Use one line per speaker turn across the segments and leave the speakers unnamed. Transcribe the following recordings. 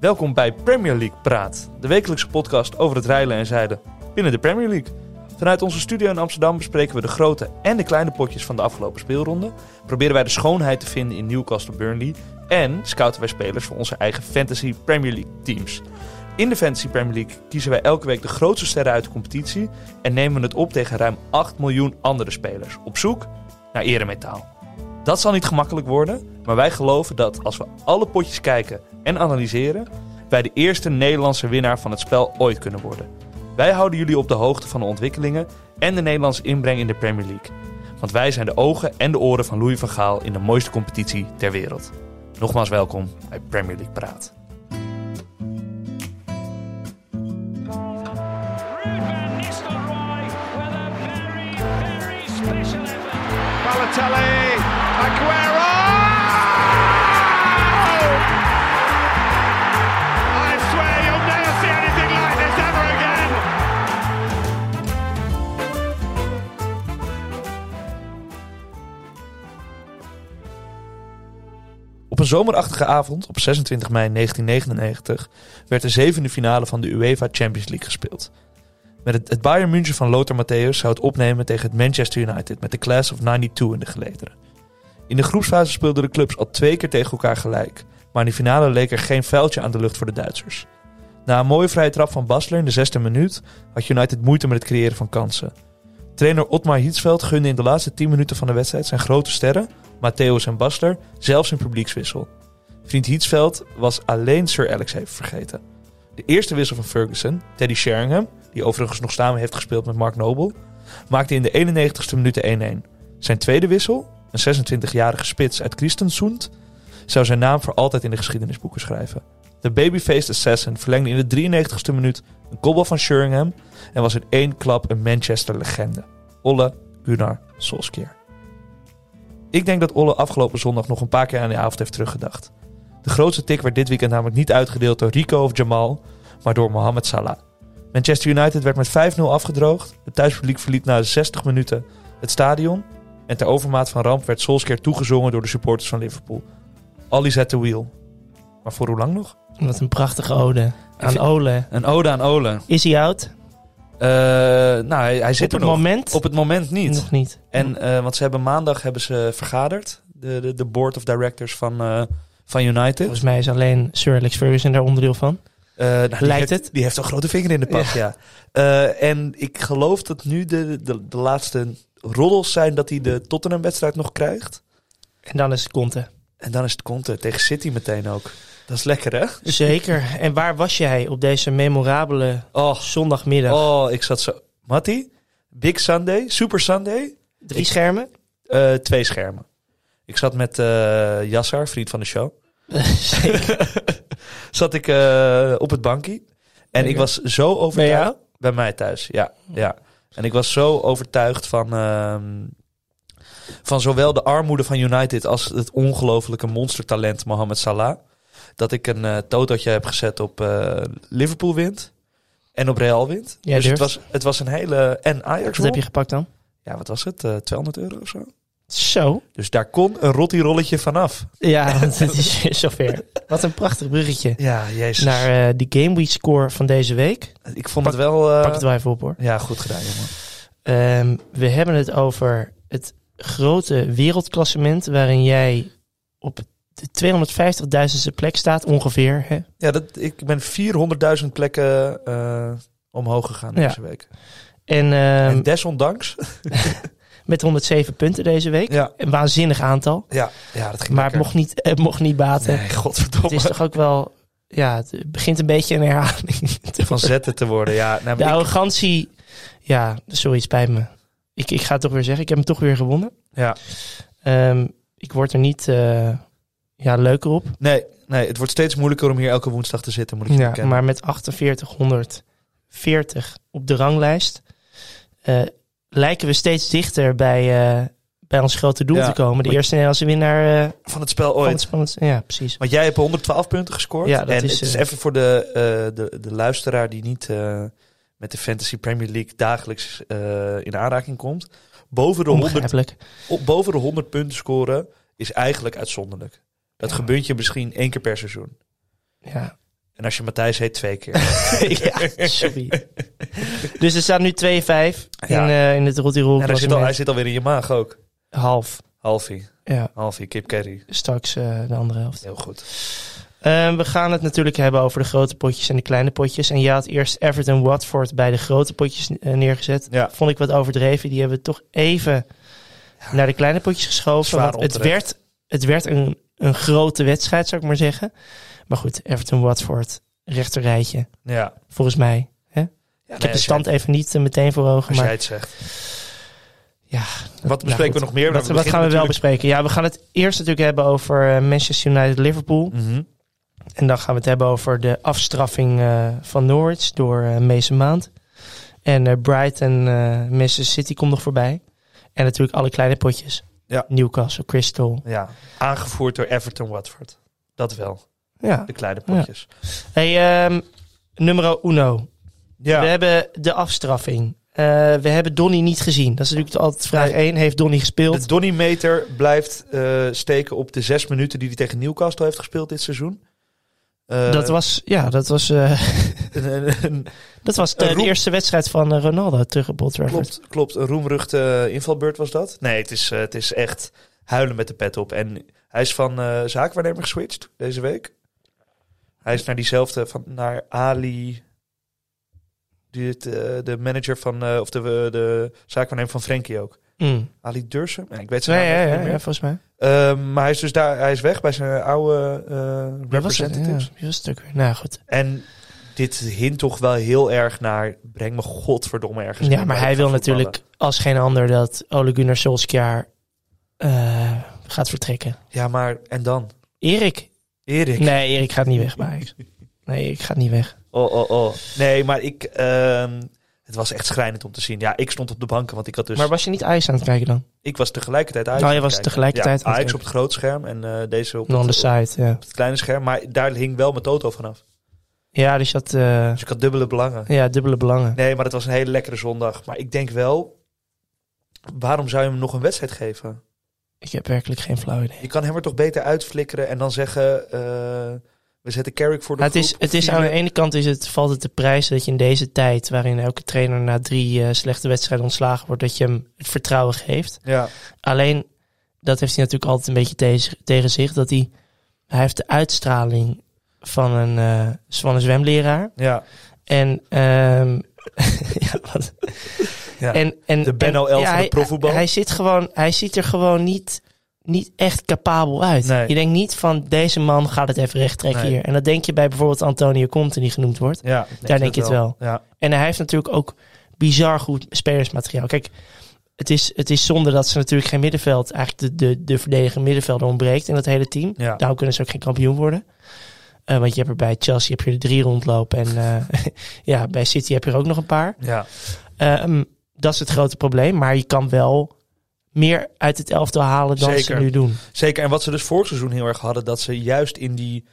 Welkom bij Premier League Praat, de wekelijkse podcast over het rijlen en zeilen binnen de Premier League. Vanuit onze studio in Amsterdam bespreken we de grote en de kleine potjes van de afgelopen speelronde. Proberen wij de schoonheid te vinden in Newcastle Burnley. En scouten wij spelers voor onze eigen Fantasy Premier League teams. In de Fantasy Premier League kiezen wij elke week de grootste sterren uit de competitie. En nemen we het op tegen ruim 8 miljoen andere spelers. Op zoek naar eremetaal. Dat zal niet gemakkelijk worden, maar wij geloven dat als we alle potjes kijken en analyseren, wij de eerste Nederlandse winnaar van het spel ooit kunnen worden. Wij houden jullie op de hoogte van de ontwikkelingen en de Nederlandse inbreng in de Premier League. Want wij zijn de ogen en de oren van Louis van Gaal in de mooiste competitie ter wereld. Nogmaals welkom bij Premier League Praat.
Ruud van Nistelrooy with a very, very special effort.
Balotelli, Aguero! I swear you'll never see anything like this ever again.
Op een zomerachtige avond op 26 mei 1999 werd de zevende finale van de UEFA Champions League gespeeld. Met het, het Bayern München van Lothar Matthäus zou het opnemen tegen het Manchester United met de Class of 92 in de gelederen. In de groepsfase speelden de clubs al twee keer tegen elkaar gelijk, maar in de finale leek er geen vuiltje aan de lucht voor de Duitsers. Na een mooie vrije trap van Basler in de zesde minuut had United moeite met het creëren van kansen. Trainer Otmar Hietsveld gunde in de laatste 10 minuten van de wedstrijd zijn grote sterren, Matthäus en Basler, zelfs een publiekswissel. Vriend Hietsveld was alleen Sir Alex even vergeten. De eerste wissel van Ferguson, Teddy Sheringham, die overigens nog samen heeft gespeeld met Mark Noble, maakte in de 91ste minuut de 1-1. Zijn tweede wissel, een 26-jarige spits uit Christensund, zou zijn naam voor altijd in de geschiedenisboeken schrijven. De babyfaced assassin verlengde in de 93ste minuut een kopbal van Sheringham en was in één klap een Manchester-legende. Olle Gunnar Solskjaer. Ik denk dat Olle afgelopen zondag nog een paar keer aan die avond heeft teruggedacht. De grootste tik werd dit weekend namelijk niet uitgedeeld door Rico of Jamal, maar door Mohamed Salah. Manchester United werd met 5-0 afgedroogd. Het thuispubliek verliet na 60 minuten het stadion. En ter overmaat van ramp werd Solskjaer toegezongen door de supporters van Liverpool. All is at the wheel. Maar voor hoe lang nog?
Wat een prachtige ode aan
vind-
Ole.
Een ode aan Ole.
Is hij oud?
nou, hij, hij zit
Op het
er nog.
moment
Op het moment niet.
nog niet.
En, eh, want ze hebben maandag hebben ze vergaderd. De, de, de board of directors van, eh, van United.
Volgens mij is alleen Sir Alex Ferguson daar onderdeel van.
Eh, nou, die
Lijkt
heeft-
het?
Die heeft een grote vinger in de pap, ja. Eh, en ik geloof dat nu de, de, de laatste roddels zijn dat hij de Tottenham-wedstrijd nog krijgt.
En dan is het Conte.
En dan is het Conte tegen City meteen ook. Dat is lekker, hè?
Zeker. En waar was jij op deze memorabele
Oh,
zondagmiddag?
oh ik zat zo... Matty, Big Sunday, Super Sunday,
Drie
ik-
schermen?
eh, twee schermen. Ik zat met eh Yassar, vriend van de show.
Zeker.
zat ik eh, op het bankje. En ik
Lekker.
was zo
Bij
overtuigd.
jou?
Bij mij thuis, ja. ja. En ik was zo overtuigd van, ehm, van zowel de armoede van United als het ongelofelijke monstertalent Mohamed Salah. Dat ik een eh totootje heb gezet op eh, Liverpool wint en op Real wint.
Jij
dus het
durft.
was, het was een hele... En Ajax
Wat heb
won.
je gepakt dan?
Ja, wat was het? Eh, 200 euro of zo?
Zo.
Dus daar kon een rotti rolletje vanaf.
Ja, want het is weer zover. Wat een prachtig bruggetje.
Ja, jezus.
Naar eh, die Game Week score van deze week.
ik vond het wel... eh,
Pak het wel even op hoor.
Ja, goed gedaan, jongen.
Ehm, we hebben het over het grote wereldklassement waarin jij op de 250.000ste plek staat ongeveer. Hè?
Ja, dat, ik ben 400.000 plekken eh, omhoog gegaan
Ja.
deze week.
En, ehm,
en desondanks.
met 107 punten deze week.
ja,
Een waanzinnig aantal.
ja, ja, dat ging
Maar het mocht niet, het mocht niet baten.
Nee, godverdomme.
Het is toch ook wel... Ja, het begint een beetje een herhaling. te
Van
worden.
zetten te worden, ja. Nou,
De
maar ik-
arrogantie... Ja, sorry, het spijt me. Ik, ik ga het toch weer zeggen. Ik heb hem toch weer gewonnen.
ja.
Ehm, ik word er niet eh, ja, leuker op.
nee, nee, het wordt steeds moeilijker om hier elke woensdag te zitten, moet ik je
Ja,
bekennen.
maar met 4840 op de ranglijst eh, lijken we steeds dichter bij, eh, bij ons grote doel
Ja,
te komen. De
maar-
eerste Nederlandse winnaar eh,
Van het spel
van
ooit.
het spannend. Ja, precies.
Want jij hebt 112 punten gescoord.
Ja, dat
en
is,
het is
eh,
even voor de, eh, de, de luisteraar die niet eh, met de Fantasy Premier League dagelijks eh, in aanraking komt. Boven de 100
Onbegrijpelijk.
op boven de 100 punten scoren is eigenlijk uitzonderlijk. Dat
Ja.
gebeurt je misschien één keer per seizoen.
Ja.
En En als je Matthijs heet, twee keer.
ja, sorry. Dus er staat nu 2-5 in,
Ja.
eh, in het Rotti Roel.
en hij zit, al, hij zit alweer in je maag ook.
Half.
Halfie.
Ja,
Halfie, Kip Carry.
straks eh, de andere helft.
Heel goed.
Eh, we gaan het natuurlijk hebben over de grote potjes en de kleine potjes. En je had eerst Everton Watford bij de grote potjes eh, neergezet.
Ja.
Vond ik wat overdreven. Die hebben we toch even naar de kleine potjes geschoven.
Zwaar
Want het
onterecht.
werd, het werd een, een grote wedstrijd, zou ik maar zeggen. Maar goed, Everton Watford, rechterrijtje,
Ja.
volgens mij.
Ja,
ik heb de stand even niet eh, meteen voor ogen.
Als jij
Maar
het zegt.
Ja,
Wat bespreken
goed.
we nog meer?
wat, wat
beginnen
gaan we wel
natuurlijk-
bespreken? Ja, we gaan het eerst natuurlijk hebben over eh, Manchester United-Liverpool.
Mhm.
En dan gaan we het hebben over de afstraffing eh, van Norwich door eh Mason Mount. En eh, Brighton, eh Manchester City komt nog voorbij. En natuurlijk alle kleine potjes.
Ja.
Newcastle, Crystal.
Ja. Aangevoerd door Everton Watford. Dat wel.
Ja.
De kleine potjes.
Hey, ehm numero uno.
Ja.
We hebben de afstraffing. Eh, we hebben Donny niet gezien. Dat is natuurlijk altijd vraag
Nee.
1. Heeft Donny gespeeld?
De Donny-meter blijft eh, steken op de zes minuten die hij tegen Newcastle heeft gespeeld dit seizoen. Eh,
dat was, ja, dat was, eh,
een- een- een-
dat was de,
Een roep.
de eerste wedstrijd van eh, Ronaldo terug op Old Trafford.
klopt, klopt, een roemruchte invalbeurt was dat. Nee, het is, eh, het is echt huilen met de pet op. En hij is van eh, zaakwaarnemer geswitcht deze week. Hij is naar diezelfde, van, naar Ali, die het, eh, de manager van, eh, of de, de zaakwaarnemer van Frenkie ook.
Mm.
Ali Dursen? Nee, ik weet zijn
Ja,
naam
ja,
even
ja,
niet meer.
ja, volgens mij.
Ehm, maar hij is dus daar, hij is weg bij zijn oude eh
Wie was het?
representatives.
Ja, wie was het ook weer? Nou goed.
En dit hint toch wel heel erg naar... breng me godverdomme ergens
Ja,
heen
maar
waar
hij
ik
wil
ga voetballen.
natuurlijk als geen ander dat Ole Gunnar Solskjaer eh, gaat vertrekken.
Ja, maar en dan?
Erik?
Erik?
Nee, Erik gaat niet weg bij Ajax. Nee, Erik gaat niet weg.
Oh, oh, oh. Nee, maar ik... ehm, het was echt schrijnend om te zien. Ja, ik stond op de banken, want ik had dus...
Maar was je niet Ajax aan het kijken dan?
ik was tegelijkertijd Ajax
Oh, je
aan het
was
kijken.
tegelijkertijd
Ja,
aan het
Ajax op het
kijken.
grootscherm en eh, deze op
Dan on the
het, op
side, ja.
het kleine scherm. Maar daar hing wel mijn toto vanaf.
Ja, dus je had eh,
Dus ik had dubbele belangen.
ja, dubbele belangen.
Nee, maar het was een hele lekkere zondag. Maar ik denk wel... Waarom zou je hem nog een wedstrijd geven?
Ik heb werkelijk geen flauw idee.
Je kan hem er toch beter uitflikkeren en dan zeggen... eh, we zetten Carrick voor de
Maar het is,
groep,
het is aan de
vierde.
ene kant is het, valt het de prijs dat je in deze tijd, waarin elke trainer na drie eh, slechte wedstrijden ontslagen wordt, dat je hem het vertrouwen geeft.
Ja,
Alleen, dat heeft hij natuurlijk altijd een beetje tegen, tegen zich. Dat hij, hij heeft de uitstraling van een, eh, van een zwemleraar.
ja.
En, ehm, ja, wat?
Ja,
en, en,
de Benno
en-
Els van
hij-
het profvoetbal.
Hij, hij zit gewoon, hij ziet er gewoon niet, niet echt capabel uit.
Nee.
Je denkt niet van, deze man gaat het even recht trekken
Nee.
hier. En dat denk je bij bijvoorbeeld Antonio Conte, die genoemd wordt.
ja
Daar denk je het wel.
Ja,
En hij heeft natuurlijk ook bizar goed spelersmateriaal. Kijk, het is, het is zonde dat ze natuurlijk geen middenveld, eigenlijk de, de, de verdedigende middenvelder ontbreekt in dat hele team.
Ja.
Daarom kunnen ze ook geen kampioen worden. Eh, want je hebt er bij Chelsea heb je er drie rondlopen. En eh, ja, bij City heb je er ook nog een paar.
ja.
Ehm, dat is het grote probleem. Maar je kan wel meer uit het elftal halen dan
Zeker.
ze nu doen.
Zeker. En wat ze dus vorig seizoen heel erg hadden, dat ze juist in die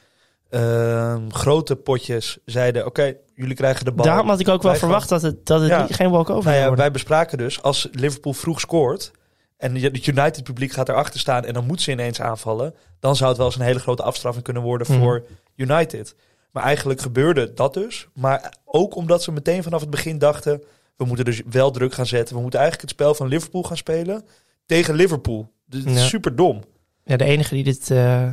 ehm, grote potjes zeiden... Oké, jullie krijgen de bal.
Daarom had ik ook wel
Wij gaan-
verwacht dat het, dat het
Ja.
niet, geen walk-over
Nou
zou
ja,
worden.
wij bespraken dus, als Liverpool vroeg scoort... en het United-publiek gaat erachter staan en dan moet ze ineens aanvallen... dan zou het wel eens een hele grote afstraffing kunnen worden
Mhm.
voor United. Maar eigenlijk gebeurde dat dus. Maar ook omdat ze meteen vanaf het begin dachten... we moeten dus wel druk gaan zetten. We moeten eigenlijk het spel van Liverpool gaan spelen tegen Liverpool. Dus
Ja.
super dom.
Ja, de enige die dit eh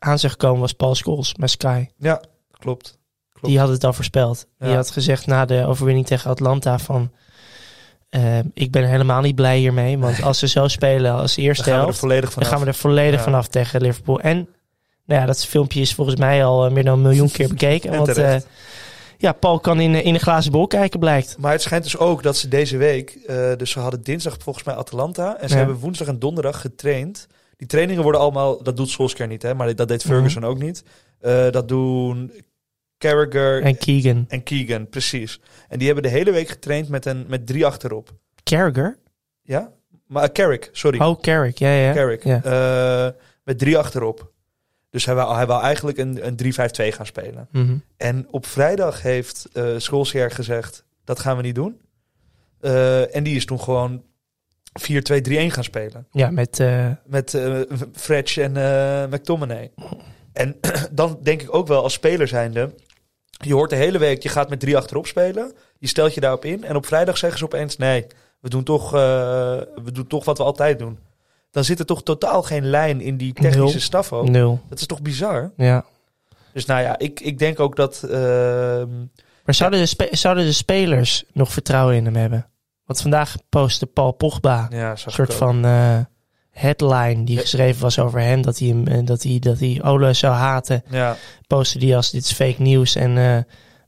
aan zag komen was Paul Scholes met Sky.
Ja, klopt. Klopt.
Die had het al voorspeld. Die
Ja.
had gezegd na de overwinning tegen Atlanta van... eh, ik ben helemaal niet blij hiermee. Want als ze zo spelen als
Dan
eerste
gaan we er
helft...
volledig
dan
vanaf.
gaan we er volledig
Ja.
vanaf tegen Liverpool. En nou ja, dat filmpje is volgens mij al eh, meer dan een miljoen keer bekeken.
En
want eh,
terecht.
ja, Paul kan in, eh, in een glazen bol kijken blijkt.
Maar het schijnt dus ook dat ze deze week, eh, dus ze hadden dinsdag volgens mij Atlanta en ze
Ja.
hebben woensdag en donderdag getraind. Die trainingen worden allemaal, dat doet Solskjaer niet, hè, maar dat deed Ferguson ook niet. Eh, dat doen Carragher en,
En Keegan.
Keegan, precies. En die hebben de hele week getraind met, een, met drie achterop.
Carragher?
Ja? Maar eh, Carrick, sorry.
Oh, Carrick. Ja, ja. ja.
Carrick.
Ja.
Eh, met drie achterop. Dus hij wil hij wou eigenlijk een, een 3-5-2 gaan spelen.
Mhm.
En op vrijdag heeft eh Solskjaer gezegd, dat gaan we niet doen. Eh, en die is toen gewoon 4-2-3-1 gaan spelen.
Ja, met... eh,
Met eh Fretch en eh, McTominay. En dan denk ik ook wel als speler zijnde... Je hoort de hele week, je gaat met drie achterop spelen. Je stelt je daarop in. En op vrijdag zeggen ze opeens, nee, we doen toch, eh, we doen toch wat we altijd doen. Dan zit er toch totaal geen lijn in die technische
Nul.
staf ook.
Nul.
Dat is toch bizar?
Ja.
Dus nou ja, ik, ik denk ook dat... ehm,
Maar zouden de, spe- zouden de spelers nog vertrouwen in hem hebben? Want vandaag postte Paul Pogba
ja,
een
zag ik
soort
ook.
van eh, headline die geschreven was over hem. Dat hij, hem, eh, dat hij, dat hij Ole zou haten.
Ja,
Postte die als dit is fake nieuws. En eh,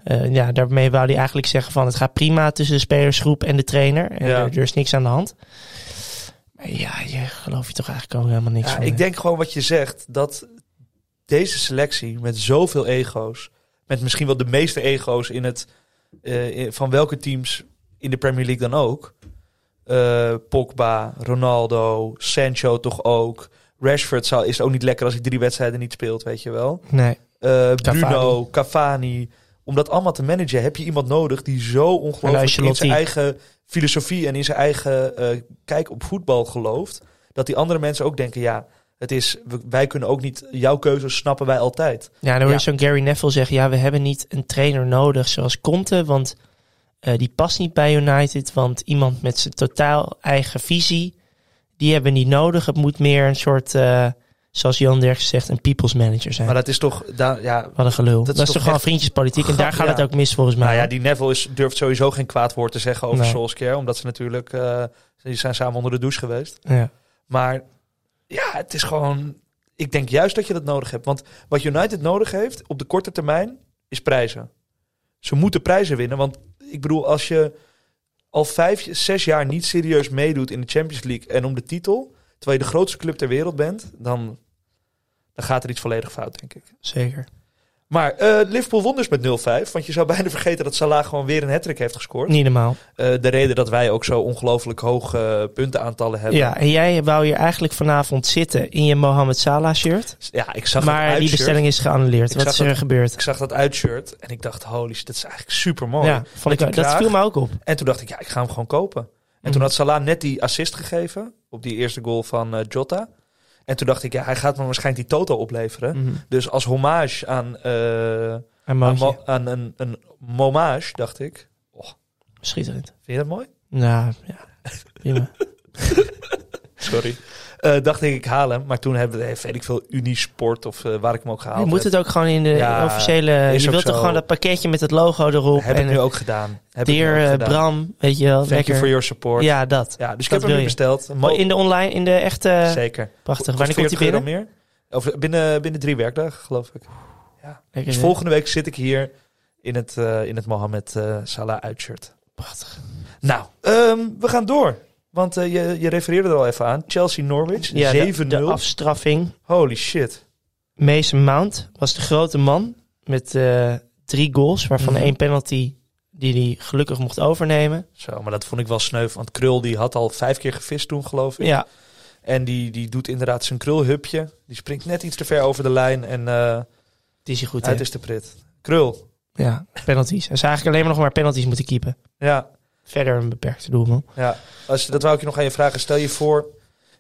eh, ja, daarmee wou hij eigenlijk zeggen van het gaat prima tussen de spelersgroep en de trainer. En
Ja.
er, er is niks aan de hand. Maar ja, je geloof je toch eigenlijk ook helemaal niks
ja
van.
ik
hè?
denk gewoon wat je zegt, dat deze selectie met zoveel ego's, met misschien wel de meeste ego's in het, eh, in- van welke teams in de Premier League dan ook, eh, Pogba, Ronaldo, Sancho toch ook, Rashford zou, is ook niet lekker als hij drie wedstrijden niet speelt, weet je wel.
Nee,
Eh, Bruno, Cavani. Om dat allemaal te managen heb je iemand nodig die zo
En
ongelooflijk in
Ancelotti.
zijn eigen filosofie en in zijn eigen eh, kijk op voetbal gelooft. Dat die andere mensen ook denken, ja, het is, we- wij kunnen ook niet, jouw keuzes snappen wij altijd.
Ja, dan hoor je
Ja.
zo'n Gary Neville zeggen: ja, we hebben niet een trainer nodig zoals Conte, want eh, die past niet bij United. Want iemand met zijn totaal eigen visie, die hebben we niet nodig. Het moet meer een soort, eh, zoals Jan Derksen zegt, een people's manager zijn.
Maar dat is toch, daar, ja,
Wat een gelul. Dat,
is
is
toch
toch gewoon
echt-
vriendjespolitiek en daar
Ga-
gaat
ja.
het ook mis volgens mij.
nou ja, die Neville is, durft sowieso geen kwaad woord te zeggen over
Nee.
Solskjaer. Omdat ze natuurlijk, eh, ze zijn samen onder de douche geweest.
Ja.
Maar ja, het is gewoon. Ik denk juist dat je dat nodig hebt. Want wat United nodig heeft op de korte termijn is prijzen. Ze moeten prijzen winnen. Want ik bedoel, als je al vijf, zes jaar niet serieus meedoet in de Champions League en om de titel, terwijl je de grootste club ter wereld bent, dan, dan gaat er iets volledig fout, denk ik.
zeker.
Maar eh, Liverpool won dus met 0-5. Want je zou bijna vergeten dat Salah gewoon weer een hat heeft gescoord.
Niet normaal.
Eh, de reden dat wij ook zo ongelooflijk hoge eh, puntenaantallen hebben.
Ja, en jij wou hier eigenlijk vanavond zitten in je Mohamed Salah shirt.
Ja, ik zag het
Maar die
uitshirt.
bestelling is geannuleerd.
Ik
Wat
zag
is er
dat-
gebeurd?
Ik zag dat uitshirt en ik dacht, holy shit, dat is eigenlijk super mooi.
Ja, vond ik,
die
ook- dat
kraag.
viel me ook op.
En toen dacht ik, ja, ik ga hem gewoon kopen. En toen
Mhm.
had Salah net die assist gegeven op die eerste goal van eh, Jota. En toen dacht ik, ja, hij gaat me waarschijnlijk die toto opleveren.
Mhm.
Dus als hommage aan, eh,
En
aan,
Mootje,
mo- aan een, een momage, dacht ik.
schitterend.
Vind je dat mooi?
Nou, ja. Prima.
Sorry. Eh, dacht ik, ik haal hem. Maar toen hebben we, eh, weet ik veel, Unisport of eh, waar ik hem ook gehaald
Je moet
heb.
het ook gewoon in de
Ja,
officiële...
is
Je
ook
wilt toch
zo.
gewoon dat pakketje met het logo erop.
heb ik
en
nu ook gedaan. Heb ik nu
Dear
ook
eh,
gedaan.
Bram, weet je wel.
Thank
lekker.
you for your support. Ja,
Ja, dat.
dus ik
Dat
heb hem
wil
nu
je.
besteld. Mo-
in eh, de online, in de echte...
Zeker.
Prachtig. Wanneer komt hij
€40
binnen?
meer? Of binnen, binnen drie werkdagen, geloof ik.
Lekker,
Dus
hè?
volgende week zit ik hier in het, eh, in het Mohamed eh, Salah uitshirt.
eh, Prachtig.
Nou, ehm, we gaan door. Want eh, je, je refereerde er al even aan. Chelsea-Norwich,
Ja, de,
7-0.
de afstraffing.
Holy shit.
Mason Mount was de grote man met eh, drie goals, waarvan
Mhm.
één penalty die hij gelukkig mocht overnemen.
Zo, maar dat vond ik wel sneu. Want Krul die had al vijf keer gevist toen, geloof ik.
Ja,
En die, die doet inderdaad zijn krulhupje. Die springt net iets te ver over de lijn en eh
het is hij goed. hè?
uit is de prit. Krul.
Ja, penalties. Hij zou eigenlijk alleen maar nog maar penalties moeten keepen.
Ja,
Verder een beperkte doelman.
Ja, als, dat wou ik je nog aan je vragen. Stel je voor,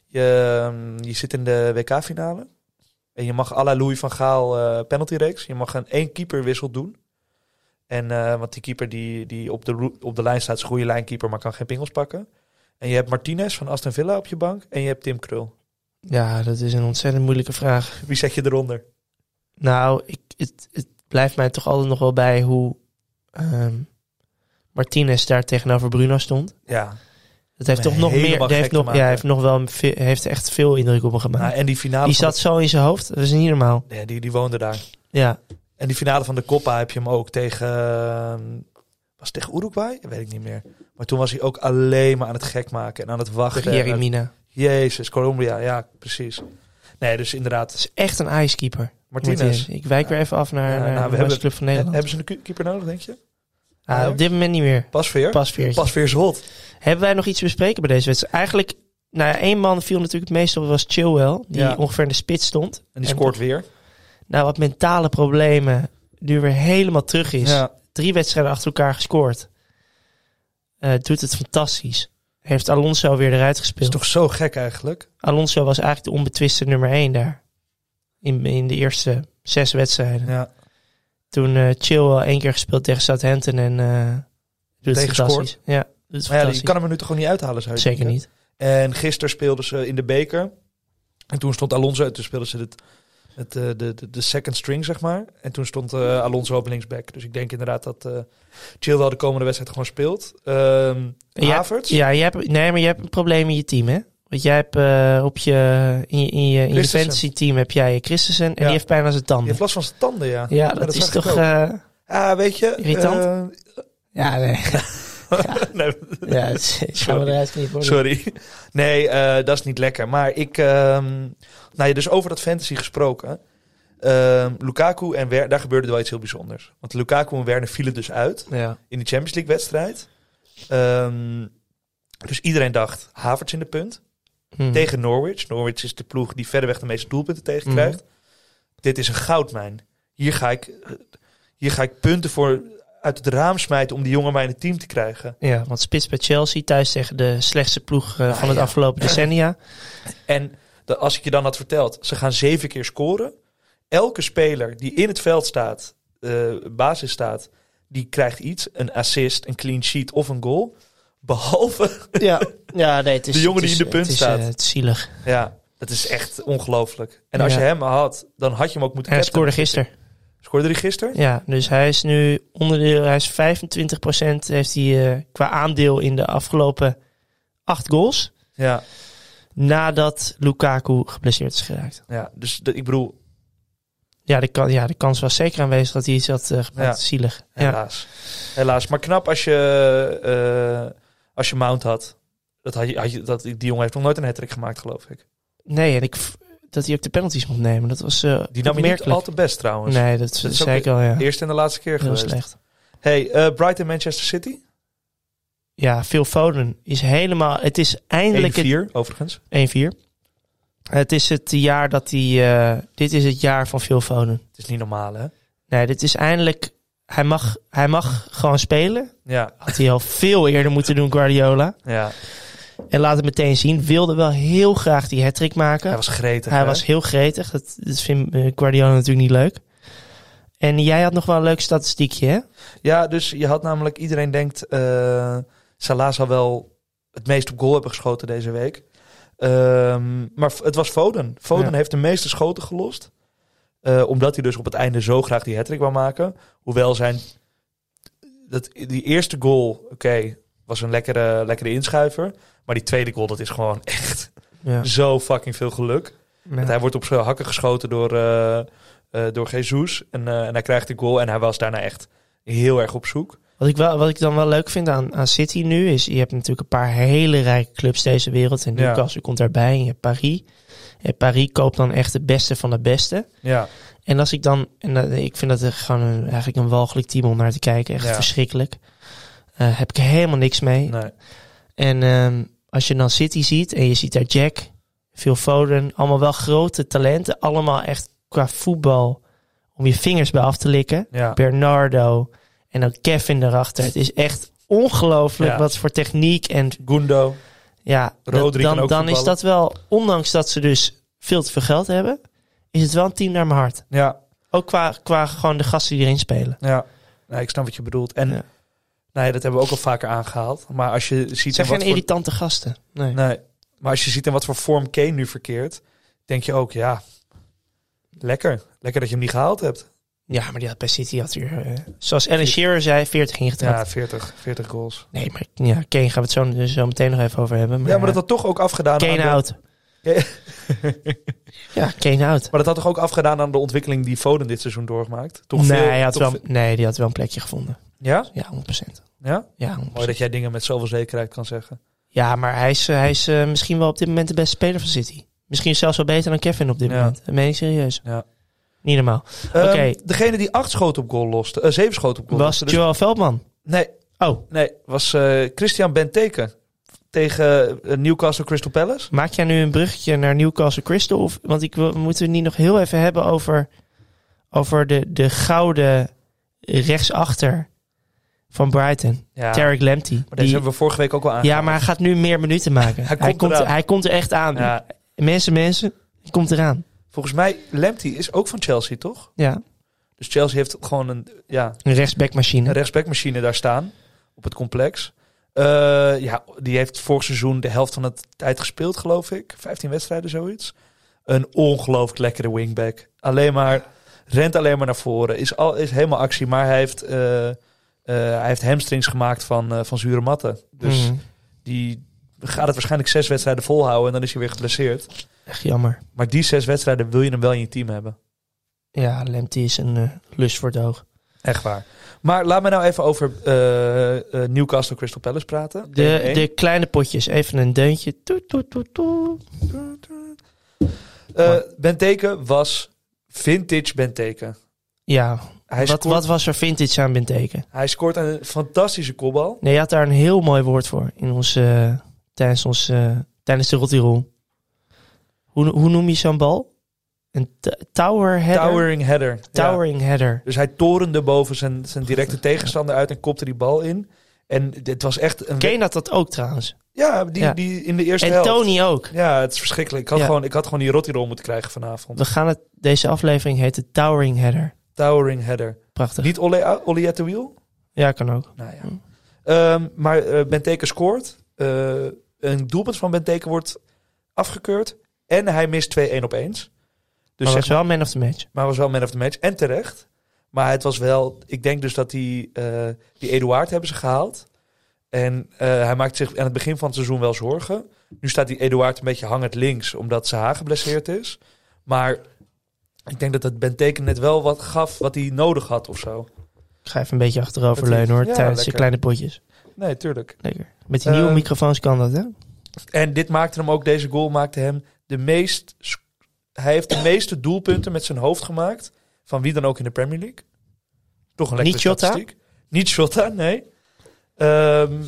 je, ehm, je zit in de WK-finale. En je mag à la Louis van Gaal eh penalty reeks. Je mag een één keeperwissel doen. En, eh, want die keeper die, die op, de, roe- op de lijn staat is een goede lijnkeeper, maar kan geen pingels pakken. En je hebt Martinez van Aston Villa op je bank. En je hebt Tim Krul.
Ja, dat is een ontzettend moeilijke vraag.
Wie zet je eronder?
Nou, ik, het, het blijft mij toch altijd nog wel bij hoe ehm, Martinez daar tegenover Bruno stond.
Ja,
Dat heeft
Om
toch
me
nog
helemaal
meer. dat
gek
Heeft
te
nog,
maken.
ja, heeft nog wel ve- heeft echt veel indruk op me
nou,
gemaakt.
en die finale.
Die
van
zat zo in zijn hoofd. Dat is niet normaal.
de- ja, die, die woonde daar.
Ja,
En die finale van de Copa heb je hem ook tegen. ehm, was het tegen Uruguay? Dat Weet ik niet meer. Maar toen was hij ook alleen maar aan het gek maken en aan het wachten.
tegen
En aan-
Jeremina.
Jezus, Colombia, ja, precies. Nee, dus inderdaad.
Dat is echt een ijskeeper.
Martinez.
Martinez. Ik wijk weer even af naar,
Ja,
eh,
nou, we
de
hebben-
Club van
Eh,
Nederland.
Hebben ze een ku- keeper nodig, denk je?
Ah, op dit moment niet meer.
Pasveer?
Pas veertje.
Pasveer is hot.
Hebben wij nog iets te bespreken bij deze wedstrijd? Eigenlijk, nou ja, één man viel natuurlijk het meest op. Dat was Chilwell. Die
Ja.
ongeveer in de spits stond.
En die scoort weer.
nou wat mentale problemen nu weer helemaal terug is. Drie wedstrijden achter elkaar gescoord. Eh, doet het fantastisch. Heeft Alonso weer eruit
Is
gespeeld.
toch zo gek eigenlijk?
Alonso was eigenlijk de onbetwiste nummer één daar. In, in de eerste zes wedstrijden.
Ja.
Toen eh Chilwell één keer gespeeld tegen Southampton en eh doet het
Tegenscoort.
fantastisch. Ja, doet het
Maar ja, je
fantastisch.
kan hem er nu toch gewoon niet uithalen, zou je
Zeker
denken.
niet.
En gisteren speelden ze in de beker. En toen stond Alonso, en toen speelden ze het, het, eh, de, de, de second string, zeg maar. En toen stond eh, Alonso op linksback. Dus ik denk inderdaad dat eh Chilwell de komende wedstrijd gewoon speelt. Ehm
Ja,
Havertz,
Ja, je hebt, nee, maar je hebt een probleem in je team, hè? Want jij hebt eh, op je, in je, in je, in je
Christensen.
fantasy team heb jij Christensen en
Ja.
die heeft bijna zijn
die
tanden.
heeft last van zijn tanden, ja.
Ja, dat,
dat
is
zag ik
toch...
ook.
eh,
Ah, weet je...
Irritant?
eh,
ja, nee.
nee,
ja, het is gaan we
Sorry.
eruit knippen. hoor.
Sorry. Nee, eh, dat is niet lekker. Maar ik... ehm, nou ja, dus over dat fantasy gesproken. Ehm, Lukaku en Wer- daar gebeurde wel iets heel bijzonders. Want Lukaku en Werner vielen dus uit.
Ja.
in de Champions League wedstrijd. Ehm, dus iedereen dacht Havertz in de punt
Hm.
tegen Norwich. Norwich is de ploeg die verreweg de meeste doelpunten
Mhm.
tegenkrijgt. Dit is een goudmijn. Hier ga ik, hier ga ik punten voor uit het raam smijten om die jongen bij in het team te krijgen.
Ja, want spits bij Chelsea thuis tegen de slechtste ploeg eh, van het
ja.
afgelopen decennia.
En de- als ik je dan had verteld, ze gaan zeven keer scoren. Elke speler die in het veld staat, eh, basis staat, die krijgt iets. Een assist, een clean sheet of een goal. Behalve
Ja, ja nee, het is...
De jongen
het
die
is-
in de punt
het is,
staat.
eh, het is zielig.
Ja, het is echt ongelooflijk. En als
Ja.
je hem had, dan had je hem ook moeten
En hij
captainen.
scoorde gisteren.
Scoorde hij gisteren?
Ja, dus hij is nu onderdeel, hij is 25% heeft hij eh, qua aandeel in de afgelopen acht goals.
Ja.
Nadat Lukaku geblesseerd is geraakt.
ja. Dus de- ik bedoel,
Ja de, kan, ja, de kans was zeker aanwezig dat hij iets had eh gemaakt.
Ja.
Zielig. Ja.
helaas. Helaas. Maar knap als je, eh, als je Mount had. Dat had je, had je, dat, die jongen heeft nog nooit een hattrick gemaakt, geloof ik.
Nee, en ik, v- dat hij ook de penalties mocht nemen. Dat was eh
Die nam je niet
opmerkelijk.
al te best trouwens.
Nee, dat,
is
zei
ook-
ik al, ja. Heel
Eerste en de laatste keer geweest.
slecht.
Hey, eh, Brighton Manchester City.
Ja, Phil Foden is helemaal... Het is eindelijk... het-
1-4 overigens.
1-4. Het is het jaar dat hij... eh, dit is het jaar van Phil Foden.
Het is niet normaal, hè?
Nee, dit is eindelijk. Hij mag, hij mag gewoon spelen.
Ja,
Had hij al veel eerder moeten doen, Guardiola.
ja.
En laat het meteen zien. Wilde wel heel graag die hat maken.
Hij was gretig.
Hij
hè?
was heel gretig. Dat, dat vindt eh, Guardiola natuurlijk niet leuk. En jij had nog wel een leuk statistiekje, hè?
Ja, dus je had namelijk, iedereen denkt, eh Salah zal wel het meest op goal hebben geschoten deze week. Ehm, maar het was Foden. Foden
Ja.
heeft de meeste schoten gelost. Eh, omdat hij dus op het einde zo graag die hattrick wou maken. Hoewel zijn, dat, die eerste goal, oké, was een lekkere, lekkere inschuiver. Maar die tweede goal, dat is gewoon echt
Ja.
zo fucking veel geluk. Want hij wordt op zijn hakken geschoten door, eh eh, door Jesus. En, eh, en hij krijgt de goal. En hij was daarna echt heel erg op zoek.
Wat, ik wel, wat ik dan wel leuk vind aan, aan City nu is... Je hebt natuurlijk een paar hele rijke clubs deze wereld. En
Ja.
Newcastle komt daarbij. En je hebt Paris. En Paris koopt dan echt de beste van de beste.
Ja,
En als ik dan, en dat- ik vind dat echt gewoon een, eigenlijk een walgelijk team om naar te kijken, echt
Ja.
verschrikkelijk. Eh, heb ik helemaal niks mee.
nee.
En ehm, als je dan City ziet en je ziet daar Jack, Phil Foden, allemaal wel grote talenten, allemaal echt qua voetbal om je vingers bij af te likken.
Ja.
Ah. Bernardo en dan Kevin erachter. Het is echt ongelooflijk
Ja.
wat voor techniek en
Gundo.
ja, dat-
Rodri kan
dan,
ook
dan is
voetballen.
dat wel, ondanks dat ze dus veel te veel geld hebben, is het wel een team naar mijn hart.
Ja,
Ook qua, qua gewoon de gasten die erin spelen.
ja. Nee, ik snap wat je bedoelt. En
Ja.
nee, dat hebben we ook al vaker aangehaald. Maar als je ziet
Het
in
zijn geen
wat voor...
irritante gasten. Nee.
Nee, maar als je ziet in wat voor vorm Kane nu verkeert, denk je ook, ja, lekker. Lekker dat je hem niet gehaald hebt.
Ja, maar die had bij City had weer, eh, zoals Alan Shearer zei, 40 ingetrapt.
Ja, 40, 40 goals.
Nee, maar ja, Kane gaan we het zo, dus zo meteen nog even over hebben. Maar,
ja, maar dat had toch ook afgedaan
eh, Kane
aan de-
out.
Kane-
ja, Kane out.
Maar dat had toch ook afgedaan aan de ontwikkeling die Foden dit seizoen doormaakt? Toch
nee,
veel-
hij had
toch
wel,
veel-
nee, die had wel een plekje gevonden.
Ja?
Ja, 100%.
Ja?
Ja,
Mooi
100%.
dat jij dingen met zoveel zekerheid kan zeggen.
ja maar hij is, eh, hij is eh, misschien wel op dit moment de beste speler van City. Misschien zelfs wel beter dan Kevin op dit
Ja.
moment. Dat meen ik serieus.
Ja.
Niet normaal.
Ehm,
Oké.
Degene die acht schoten op goal loste, eh, zeven schoten op goal
Was
loste, dus-
Joel Veldman.
nee,
Oh,
Nee, was eh, Christian Benteke tegen eh, Newcastle Crystal Palace.
Maak jij nu een bruggetje naar Newcastle Crystal? Of, want ik wil, we moeten het niet nog heel even hebben over, over de, de gouden rechtsachter van Brighton.
Ja,
Tarek Lamptey.
maar deze
Die-
hebben we vorige week ook al aan.
ja, maar hij gaat nu meer minuten maken.
Hij
hij,
komt
komt,
eraan.
hij komt er echt aan.
Ja,
Mensen, mensen, hij komt eraan.
volgens mij, Lamptey is ook van Chelsea, toch?
Ja.
Dus Chelsea heeft gewoon een, ja,
Een rechtsbackmachine.
een rechtsbackmachine daar staan op het complex. Eh, ja, die heeft vorig seizoen de helft van de tijd gespeeld, geloof ik. 15 wedstrijden, zoiets. Een ongelooflijk lekkere wingback. Alleen maar, rent alleen maar naar voren. Is, al, is helemaal actie, maar hij heeft, eh, eh, hij heeft hamstrings gemaakt van, eh, van zure matten. Dus
Mhm.
die gaat het waarschijnlijk zes wedstrijden volhouden en dan is hij weer geblesseerd.
Echt jammer.
Maar die zes wedstrijden wil je hem wel in je team hebben.
Ja, Lemty is een eh, lus voor het oog.
Echt waar. Maar laat me nou even over eh, eh, Newcastle Crystal Palace praten.
De,
1-1.
de kleine potjes, even een deuntje. Toet, toet, toet, toet.
Eh, Benteke was vintage Benteke.
Ja,
Hij,
wat,
scoort,
wat was er vintage aan Benteken?
hij scoort een fantastische kopbal.
Nee, je had daar een heel mooi woord voor in ons, eh, tijdens, ons, eh, tijdens de Rottirol. Hoe, hoe noem je zo'n bal? Een t- tower header?
Towering header. Ja.
Towering header.
Dus hij torende boven zijn, zijn directe tegenstander uit en kopte die bal in. En dit was echt een...
Kane had dat ook trouwens.
Ja, die,
Ja.
die in de eerste
En
helft.
Tony ook.
Ja, het is verschrikkelijk. Ik had,
Ja.
gewoon, ik had gewoon die rotirol moeten krijgen vanavond.
We gaan het, deze aflevering heet de Towering Header.
Towering header.
Prachtig.
Niet Ole, Ole at the wheel?
Ja, kan ook.
Nou ja.
Hm.
Ehm, maar eh, Benteke scoort. Eh, een doelpunt van Benteke wordt afgekeurd. En hij mist 2-1 opeens. Dus
maar
zeg
was wel man of the match.
maar was wel man of the match. En terecht. Maar het was wel... Ik denk dus dat die, eh die Eduard hebben ze gehaald. En eh, hij maakt zich aan het begin van het seizoen wel zorgen. Nu staat die Eduard een beetje hangend links. Omdat Saha geblesseerd is. Maar ik denk dat het Benteken net wel wat gaf wat hij nodig had of zo.
Ik ga even een beetje achterover leunen hoor,
Ja,
tijdens de
lekker.
kleine potjes.
Nee, tuurlijk.
Lekker. Met die nieuwe
Eh,
microfoons kan dat hè?
En dit maakte hem ook, deze goal maakte hem de meest. Hij heeft de meeste doelpunten met zijn hoofd gemaakt. Van wie dan ook in de Premier League. Toch een lekkere
Niet Jota?
statistiek. Niet Jota, nee. Ehm,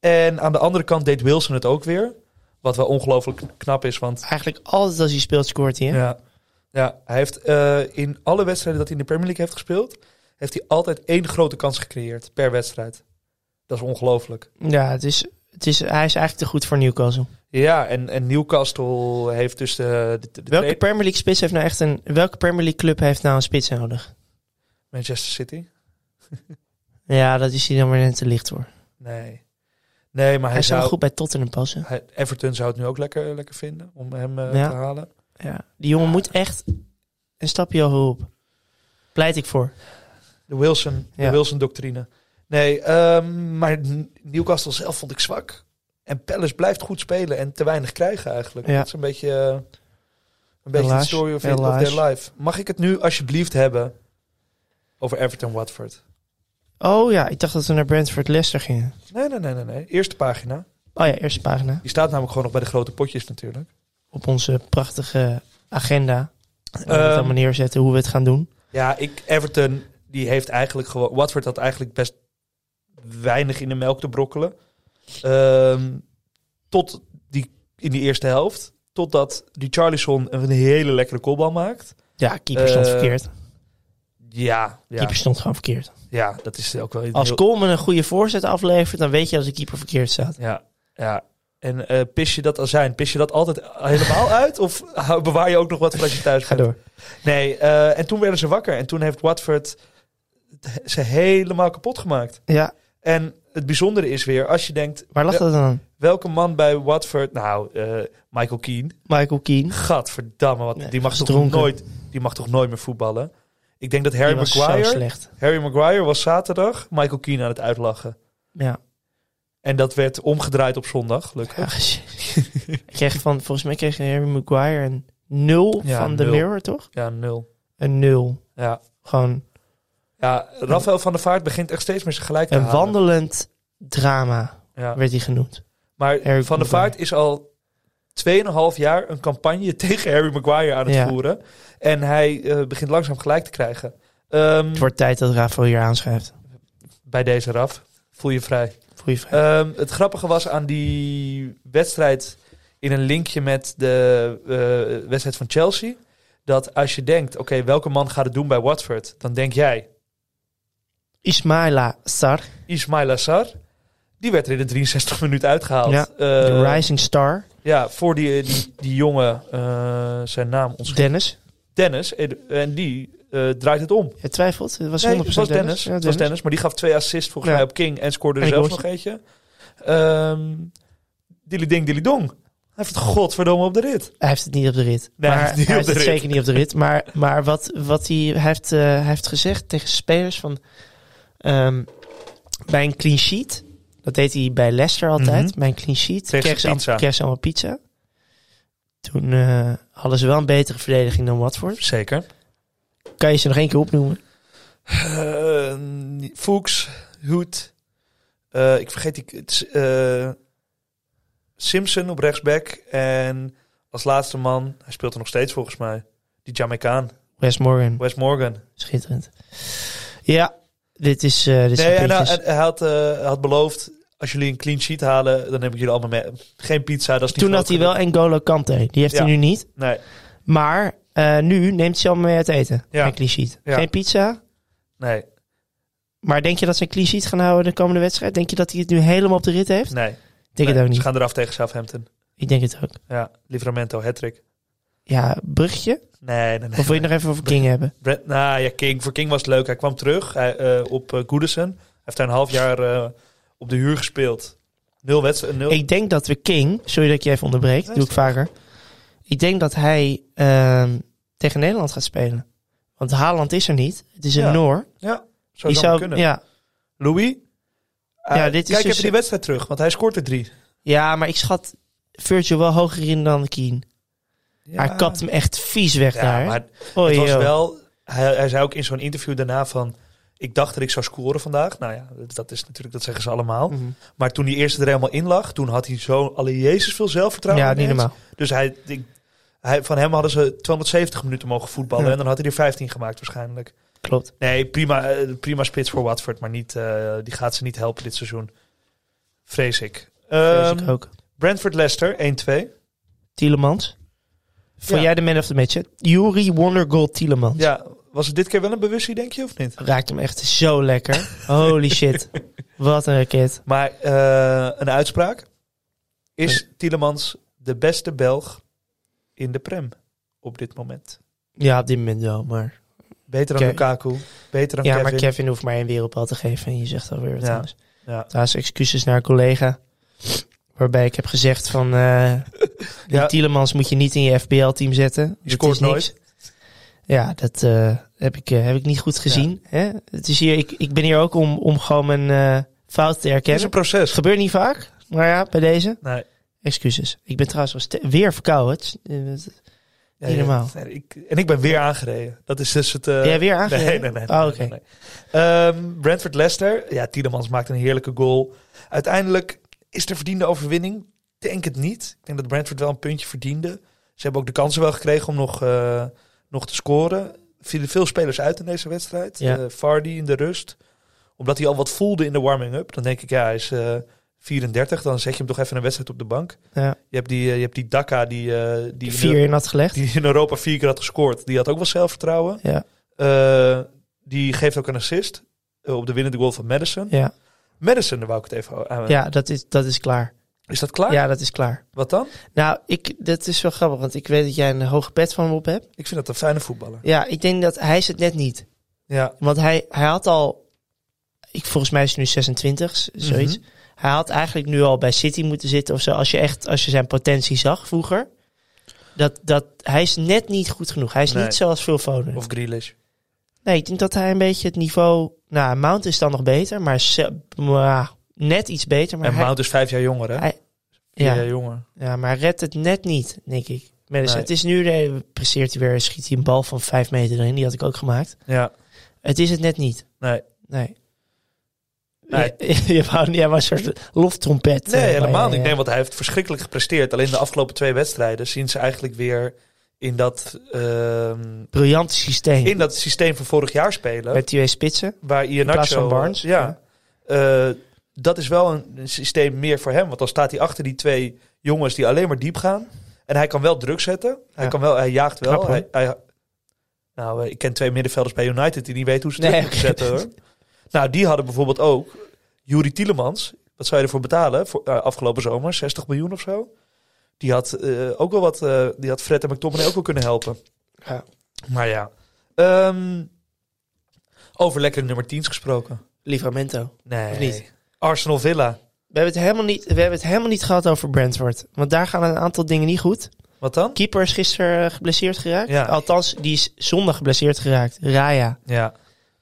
en aan de andere kant deed Wilson het ook weer. Wat wel ongelooflijk knap is, want
Eigenlijk altijd als hij speelt scoort hij hè?
ja. Ja, hij heeft eh, in alle wedstrijden dat hij in de Premier League heeft gespeeld, heeft hij altijd één grote kans gecreëerd per wedstrijd. Dat is ongelooflijk.
Ja, het is, het is, hij is eigenlijk te goed voor Newcastle.
Ja, en, en Newcastle heeft dus de, de, de
Welke
tweede-
Premier League spits heeft nou echt een... Welke Premier League club heeft nou een spits nodig?
Manchester City.
Ja, dat is hij dan weer net te licht voor.
Nee. Nee, maar hij,
Hij zou
zou...
goed bij Tottenham passen.
hij- Everton zou het nu ook lekker, lekker vinden om hem eh,
Ja.
te halen.
Ja. Die jongen moet echt een stapje hoger op. Pleit ik voor.
De Wilson, de
Ja.
Wilson-doctrine. Nee, ehm, maar N- Newcastle zelf vond ik zwak. En Palace blijft goed spelen en te weinig krijgen eigenlijk.
Ja.
Dat is een beetje, eh, een beetje de
Helaas,
story of,
helaas.
of their life. Mag ik het nu alsjeblieft hebben over Everton-Watford?
Oh ja, ik dacht dat we naar Brentford Leicester gingen.
Nee, nee, nee, nee, nee. Eerste pagina.
Oh ja, eerste pagina.
Die staat namelijk gewoon nog bij de grote potjes natuurlijk.
Op onze prachtige agenda. Laten we het
Ehm,
allemaal neerzetten hoe we het gaan doen.
Ja, ik, Everton die heeft eigenlijk gewoon. Watford had eigenlijk best weinig in de melk te brokkelen. Ehm, tot die, in die eerste helft. Totdat die Charlison een hele lekkere kopbal maakt.
Ja, keeper stond
eh,
verkeerd.
Ja, ja,
Keeper stond gewoon verkeerd.
ja dat is ook wel.
Als
heel-
Coleman een goede voorzet aflevert, dan weet je als de keeper verkeerd staat.
ja, ja. En eh pis je dat azijn? Pis je dat altijd helemaal uit? Of bewaar je ook nog wat voor als je thuis
Ga
bent?
door.
Nee, eh, en toen werden ze wakker. En toen heeft Watford ze helemaal kapot gemaakt.
Ja,
En het bijzondere is weer, als je denkt,
waar lag
Ja.
dat dan aan?
Welke man bij Watford? Nou, eh, Michael Keane.
Michael Keane.
Gadverdamme, wat,
Nee,
die, mag
is
toch
dronken.
nooit, die mag toch nooit meer voetballen? Ik denk dat
Die
Harry
was zo
Maguire,
slecht.
Harry Maguire was zaterdag Michael Keane aan het uitlachen.
Ja.
En dat werd omgedraaid op zondag,
ja
gelukkig.
ik kreeg van, volgens mij kreeg Harry Maguire een nul
Ja,
van de
nul.
Mirror, toch?
Ja, nul.
Een nul.
Ja.
Gewoon
ja, Rafael van der Vaart begint echt steeds meer zijn gelijk te
een
halen.
wandelend drama
Ja.
werd hij genoemd.
Maar
Harry
Van der
Maguire.
Vaart is al 2,5 jaar een campagne tegen Harry Maguire aan het
Ja.
voeren. En hij eh, begint langzaam gelijk te krijgen. Ehm,
Het wordt tijd dat Rafael hier aanschrijft.
bij deze Raf, voel je vrij.
Voor je vraag.
Ehm, het grappige was aan die wedstrijd in een linkje met de eh, wedstrijd van Chelsea. Dat als je denkt, oké, welke man gaat het doen bij Watford? Dan denk jij,
Ismaila Sar,
Eh, Ismail Assar. Die werd er in de 63 minuut uitgehaald.
Ja,
Eh,
de rising star.
ja voor die, die, die jongen, eh, zijn naam ons
Dennis.
Dennis. En en die eh, draait het om.
Je twijfelt? Het was 100%
Nee, het was Dennis.
Dennis. Ja,
Het was Dennis, maar die gaf twee assists volgens
Ja.
mij op King en scoorde er
En
zelfs
goals.
nog eentje. Ehm dilly ding, dilly dong. Hij heeft het godverdomme op de rit.
Hij heeft het niet op de rit.
Nee, hij
maar
heeft het niet
hij
op
heeft
de
het
rit.
zeker niet op de rit. Maar, maar wat, wat hij, hij, heeft, eh, hij heeft gezegd tegen spelers van... ehm, bij een clean sheet, dat deed hij bij Leicester altijd.
Mhm.
Bij een clean sheet
ze
kreeg ze, al-
pizza.
kreeg ze allemaal pizza. Toen eh, hadden ze wel een betere verdediging dan Watford.
Zeker.
Kan je ze nog één keer opnoemen?
Ehm, Fuchs, Hoed. eh, ik vergeet die. het is, eh, Simpson op rechtsback. En als laatste man, hij speelt er nog steeds volgens mij. Die Jamaikaan,
Wes Morgan,
Wes Morgan.
schitterend. Ja, dit is... eh dit
Nee,
zijn
en, hij-
puntjes.
en hij had, eh, hij had beloofd, als jullie een clean sheet halen, dan heb ik jullie allemaal mee. Geen pizza, dat is niet
Toen had hij
groot
wel N'Golo Kante. Die heeft
Ja.
hij nu niet.
genoeg. Nee,
Maar eh, nu neemt hij ze allemaal mee uit eten.
Ja.
Geen clean sheet.
Ja.
Geen pizza.
nee,
Maar denk je dat ze een clean sheet gaan houden de komende wedstrijd? Denk je dat hij het nu helemaal op de rit heeft?
nee.
Ik denk
nee.
het ook
Ze
niet.
gaan eraf tegen Southampton.
Ik denk het ook.
Ja, Livramento, hattrick.
Ja, Brugje?
Nee, nee, nee.
Of wil je het nog even over King hebben?
Brent, nou ja, King. Voor King was het leuk. Hij kwam terug hij, eh, op eh, Goodison. Hij heeft daar een half jaar eh, op de huur gespeeld. Nul wedstrijden. Nul...
Ik denk dat we King... Sorry dat ik je even onderbreek.
Nee,
doe ik
is
vaker. Ik denk dat hij ehm, tegen Nederland gaat spelen. Want Haaland is er niet. Het is een
Ja.
Noor.
Ja, zou dan
Die zou,
kunnen.
ja.
Louis? eh,
Ja, dit is
kijk
dus-
even die wedstrijd terug, want hij scoort er drie.
ja, maar ik schat Virgil wel hoger in dan Keane.
Ja,
Hij kapt hem echt vies weg
Ja,
daar.
maar
Oei,
Het was
joh.
wel, hij, hij zei ook in zo'n interview daarna van... Ik dacht dat ik zou scoren vandaag. Nou ja, dat- dat is natuurlijk, dat zeggen ze allemaal.
Mhm.
Maar toen die eerste er helemaal in lag, toen had hij zo alle Jezus veel zelfvertrouwen.
Ja, niet
ineens.
normaal.
Dus hij, ik- hij, van hem hadden ze 270 minuten mogen voetballen.
Ja.
En dan had hij er 15 gemaakt waarschijnlijk.
Klopt.
Nee, prima, eh, prima spits voor Watford. Maar niet, eh, die gaat ze niet helpen dit seizoen. Vrees ik.
Vrees
Ehm,
ik ook.
Brentford-Leicester, 1-2.
Tielemans. Vond
Ja.
jij de man of the match? hè? Yuri Wondergold Tielemans.
Ja, was het dit keer wel een bewustie, denk je, of niet?
Raakt hem echt zo lekker. Holy shit. Wat een raket.
Maar eh, een uitspraak. Is Tielemans de beste Belg in de Prem op dit moment?
Ja, op dit moment wel. Maar,
Beter dan
Ke-
Lukaku, beter dan
ja,
Kevin.
maar Kevin hoeft maar één wereldbal te geven. En je zegt alweer wat
Ja.
anders.
Ja.
Trouwens, excuses naar een collega. Waarbij ik heb gezegd van... eh die
Ja.
Tielemans moet je niet in je FBL-team zetten. Dat
scoort
is niks. Ja, dat eh, heb, ik, eh, heb ik niet goed gezien. Hè? Het is hier, ik, ik ben hier ook om, om gewoon mijn eh, fout te
Het is een
erkennen. Het
proces.
gebeurt niet vaak. Maar ja, bij deze...
Nee,
Excuses. Ik ben trouwens wel ste- weer verkouden. Het is- eh, het-
ja,
Niet normaal.
ja, ik, en ik ben weer aangereden. Dat is dus het... eh,
ben jij weer
Nee,
aangereden?
nee, nee.
Oh,
nee,
oké.
nee, nee. Ehm, Brentford-Leicester. Ja, Tielemans maakt een heerlijke goal. Uiteindelijk is er verdiende overwinning. Denk het niet. Ik denk dat Brentford wel een puntje verdiende. Ze hebben ook de kansen wel gekregen om nog, eh, nog te scoren. Vielen veel spelers uit in deze wedstrijd.
Ja.
Eh, Vardy in de rust. Omdat hij al wat voelde in de warming-up. Dan denk ik, ja, hij is eh, 34. Dan zet je hem toch even een wedstrijd op de bank.
Ja.
Je hebt die, eh, je hebt die Dakka die, eh, die,
Die
in
vier in had gelegd.
die in Europa vier keer had gescoord. Die had ook wel zelfvertrouwen.
Ja.
Eh, die geeft ook een assist eh, op de winnende goal van Madison.
Ja,
Madison, daar wou ik het even aan.
ja dat, is, dat is klaar.
Is dat klaar?
Ja, dat is klaar.
Wat dan?
Nou, ik, dat is wel grappig, want ik weet dat jij een hoge pet van hem op hebt.
Ik vind dat een fijne voetballer.
Ja, ik denk dat hij is het net niet.
Ja.
Want hij, hij had al, ik, volgens mij is hij nu 26, z-
Mhm.
zoiets. Hij had eigenlijk nu al bij City moeten zitten of zo. Als je echt, als je zijn potentie zag vroeger. Dat, dat, hij is net niet goed genoeg. Hij is
Nee.
niet zoals Phil Foden.
Of Grealish.
Nee, ik denk dat hij een beetje het niveau... Nou, Mount is dan nog beter, maar ze- mwah, net iets beter. Maar
en
hij,
Mount is vijf jaar jonger, hè?
Hij-
Vier
ja.
jaar jonger.
Ja, maar hij redt het net niet, denk ik. Maar dus
eh. Nee.
Het is nu, de, presteert hij weer, schiet hij een bal van vijf meter erin. Die had ik ook gemaakt.
Ja.
Het is het net niet.
Nee.
Nee.
Nee.
Je, je wou, jij was een soort loftrompet. eh,
Nee,
maar
helemaal
ja,
niet.
ja.
Nee, want hij heeft verschrikkelijk gepresteerd. Alleen de afgelopen twee wedstrijden zien ze eigenlijk weer in dat, ehm,
Briljant systeem.
in dat systeem van vorig jaar spelen.
Met twee spitsen.
waar Iheanacho...
plaats van Barnes,
Ja. Eh, dat is wel een, een systeem meer voor hem. Want dan staat hij achter die twee jongens die alleen maar diep gaan. En hij kan wel druk zetten. Hij,
Ja.
kan wel, hij jaagt wel.
Knap, hoor.
hij, hij- nou, eh, ik ken twee middenvelders bij United die niet weten hoe ze
Nee,
druk moeten
oké.
zetten. Hoor. Nou, die hadden bijvoorbeeld ook Juri Tielemans. Wat zou je ervoor betalen? Voor, eh, afgelopen zomer, 60 miljoen of zo. Die had eh, ook wel wat. eh, die had Fred en McTominay ook wel kunnen helpen.
Ja.
Maar ja, Ehm, over lekkere nummer 10's gesproken.
Livramento.
Nee.
Of niet?
Arsenal Villa.
We hebben, het helemaal niet, we hebben het helemaal niet gehad over Brentford. Want daar gaan een aantal dingen niet goed.
Wat dan?
Keeper is gisteren eh, geblesseerd geraakt.
Ja.
Althans, die is zondag geblesseerd geraakt. Raya.
Ja.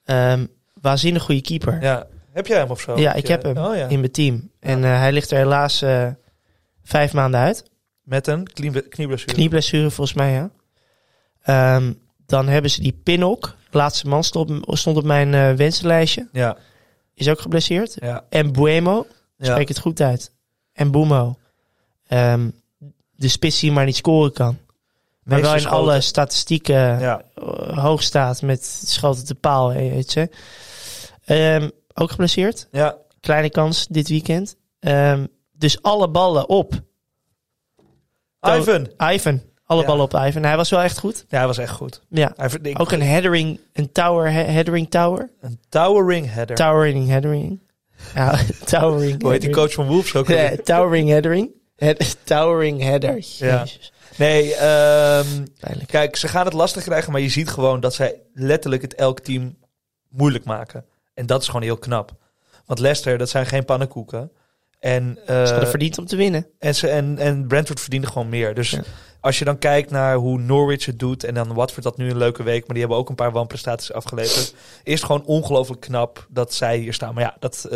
Ehm waanzinnig goede keeper.
ja. Heb jij hem of zo?
Ja, ik heb hem
Oh, ja.
in mijn team. En eh, hij ligt er helaas eh, vijf maanden uit.
Met een knie- knieblessure.
Knieblessure volgens mij, ja. Ehm, dan hebben ze die Pinnock. Laatste man stond, op- stond op mijn eh, wensenlijstje.
Ja.
Is ook geblesseerd.
Ja.
En Buemo,
ja.
spreek het goed uit. En Bumo. Ehm, de spits die maar niet scoren kan. Maar wel in
Meeste schoten.
alle statistieken
Ja.
eh, hoog staat met schoten te paal. Weet je. Ehm, ook geblesseerd
Ja.
kleine kans dit weekend. Ehm, dus alle ballen op To-
Ivan.
Ivan. Alle
Ja.
ballen op Ivan. Hij was wel echt goed.
Ja, hij was echt goed.
Ja.
Hij verd- ik-
Ook een headering, een tower, he- headering tower.
Een towering header.
Towering, headering. Ja, towering.
Hoe heet die
headering.
coach van Wolves ook?
Ja,
alweer?
towering, headering. Head- towering, header.
Ja.
Jezus,
Nee, ehm,
pijnlijk.
kijk, ze gaan het lastig krijgen, maar je ziet gewoon dat zij letterlijk het elk team moeilijk maken. En dat is gewoon heel knap. Want Leicester, dat zijn geen pannenkoeken. En, eh, dus
Ze hadden verdiend om te winnen.
en, ze, en, en Brentford verdiende gewoon meer. Dus
Ja.
als je dan kijkt naar hoe Norwich het doet en dan Watford dat nu een leuke week, maar die hebben ook een paar wanprestaties afgeleverd. Is het gewoon ongelooflijk knap dat zij hier staan. Maar ja, dat, eh,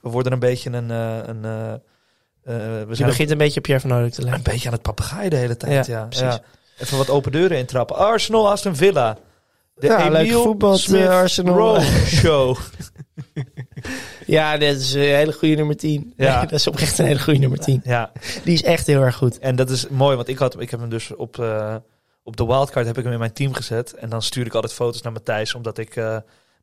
we worden een beetje een... eh, een eh, eh, we
Je
zijn
begint een beetje op Pierre van Oudijk te
een
lijken.
beetje aan het papegaaien de hele tijd. Ja,
Ja,
ja,
precies.
Even wat open deuren intrappen. Arsenal, Aston Villa. De
Ja,
Emile
leuk voetbal,
Smith
eh, Arsenal.
Rowe Show.
Ja, dat is
eh,
een hele goede nummer 10.
Ja.
dat is oprecht een hele goede nummer 10.
ja,
Die is echt heel erg goed.
en dat is mooi, want ik, had, ik heb hem dus op, eh, op de wildcard heb ik hem in mijn team gezet. En dan stuur ik altijd foto's naar Matthijs, omdat ik eh,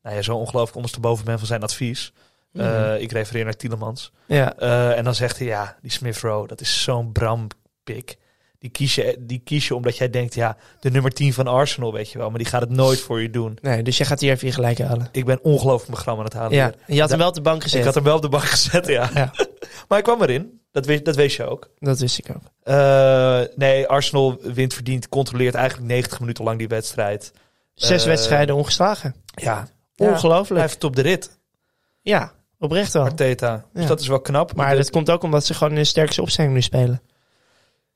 nou ja, zo ongelooflijk ondersteboven ben van zijn advies. Eh,
Mhm.
Ik refereer naar Tielemans.
Ja.
Eh, en dan zegt hij, ja, die Smith Rowe, dat is zo'n brampik. Die kies, je, die kies je omdat jij denkt, ja, de nummer 10 van Arsenal, weet je wel. Maar die gaat het nooit voor je doen.
Nee, dus jij gaat hier even je gelijk halen.
Ik ben ongelooflijk mijn gram aan het halen.
Ja.
hier.
Je had hem wel op de bank gezet.
Ik had hem wel op de bank gezet, ja.
Ja.
maar ik kwam erin. Dat weet, dat weet je ook.
Dat wist ik ook.
Eh, nee, Arsenal wint verdiend. Controleert eigenlijk 90 minuten lang die wedstrijd.
Zes
Eh,
wedstrijden ongeslagen.
Ja,
Ongelooflijk.
blijft het op de rit,
Ja, oprecht wel.
Arteta. Dus
Oh. Ja.
dat is wel knap.
Maar
De-
dat komt ook omdat ze gewoon in de sterkste opstelling nu spelen.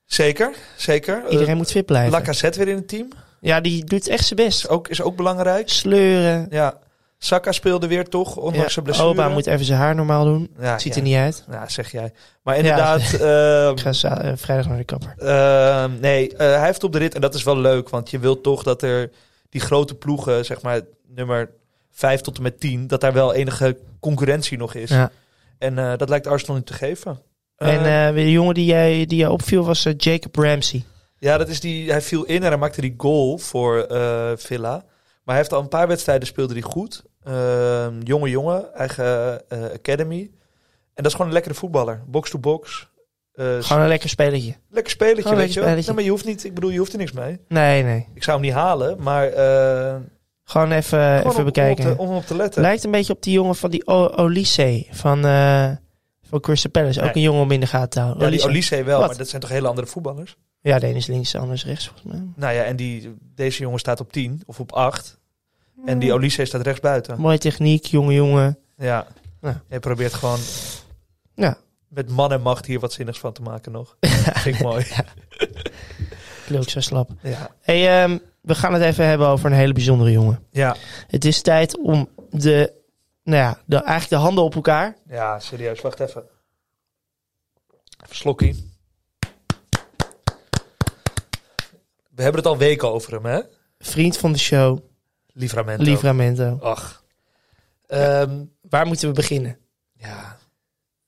Zeker, zeker. Eh,
Iedereen moet fit blijven.
Lacazette weer in het team.
Ja, die doet echt zijn best.
Is ook, is ook belangrijk.
Sleuren.
Ja, Saka speelde weer toch, ondanks
Ja,
zijn blessure.
Oba moet even zijn haar normaal doen.
Ja,
Ziet
ja.
er niet uit.
Ja, zeg jij. Maar inderdaad... ehm,
Ik ga za- eh, vrijdag naar de kapper.
Ehm, nee, eh, hij heeft op de rit en dat is wel leuk. Want je wilt toch dat er die grote ploegen, zeg maar nummer 5 tot en met 10, dat daar wel enige concurrentie nog is.
Ja.
En eh, dat lijkt Arsenal nu te geven. Eh,
En eh, de jongen die jij, die jij opviel was eh, Jacob Ramsey.
ja, dat is die, hij viel in en hij maakte die goal voor eh, Villa. Maar hij heeft al een paar wedstrijden speelde hij goed. Ehm, jonge jongen, eigen eh, academy. En dat is gewoon een lekkere voetballer. Box-to-box. Eh,
Gewoon een lekker spelletje.
lekker spelletje,
gewoon een
weet
lekker
je wel.
spelletje.
Nee, maar je hoeft niet, ik bedoel, je hoeft er niks mee.
Nee, nee.
Ik zou hem niet halen, maar eh,
Gewoon even,
gewoon
even
om-
bekijken.
Om, op te, om op te letten.
Lijkt een beetje op die jongen van die O- Olise. Van, eh van Crystal Palace. Ook
Nee.
een jongen om in de gaten te houden.
ja, die
Olise.
Olise wel,
Wat?
maar dat zijn toch hele andere voetballers?
Ja, de ene is links, de ander is rechts volgens mij.
Nou ja, en die, deze jongen staat op 10 of op 8. En
Hmm.
die Olise staat rechts buiten.
Mooie techniek, jonge jongen.
Ja.
Ja.
Hij probeert gewoon
Ja.
met man en macht hier wat zinnigs van te maken nog. Vind ik mooi.
Leuk, zo slap.
Ja.
Hey, ehm, we gaan het even hebben over een hele bijzondere jongen.
Ja.
Het is tijd om de, nou ja, de, eigenlijk de handen op elkaar.
ja, serieus. Wacht even. Even slokkie. We hebben het al weken over hem, hè?
Vriend van de show,
Livramento.
Livramento.
Ach. Ehm,
Waar moeten we beginnen?
ja,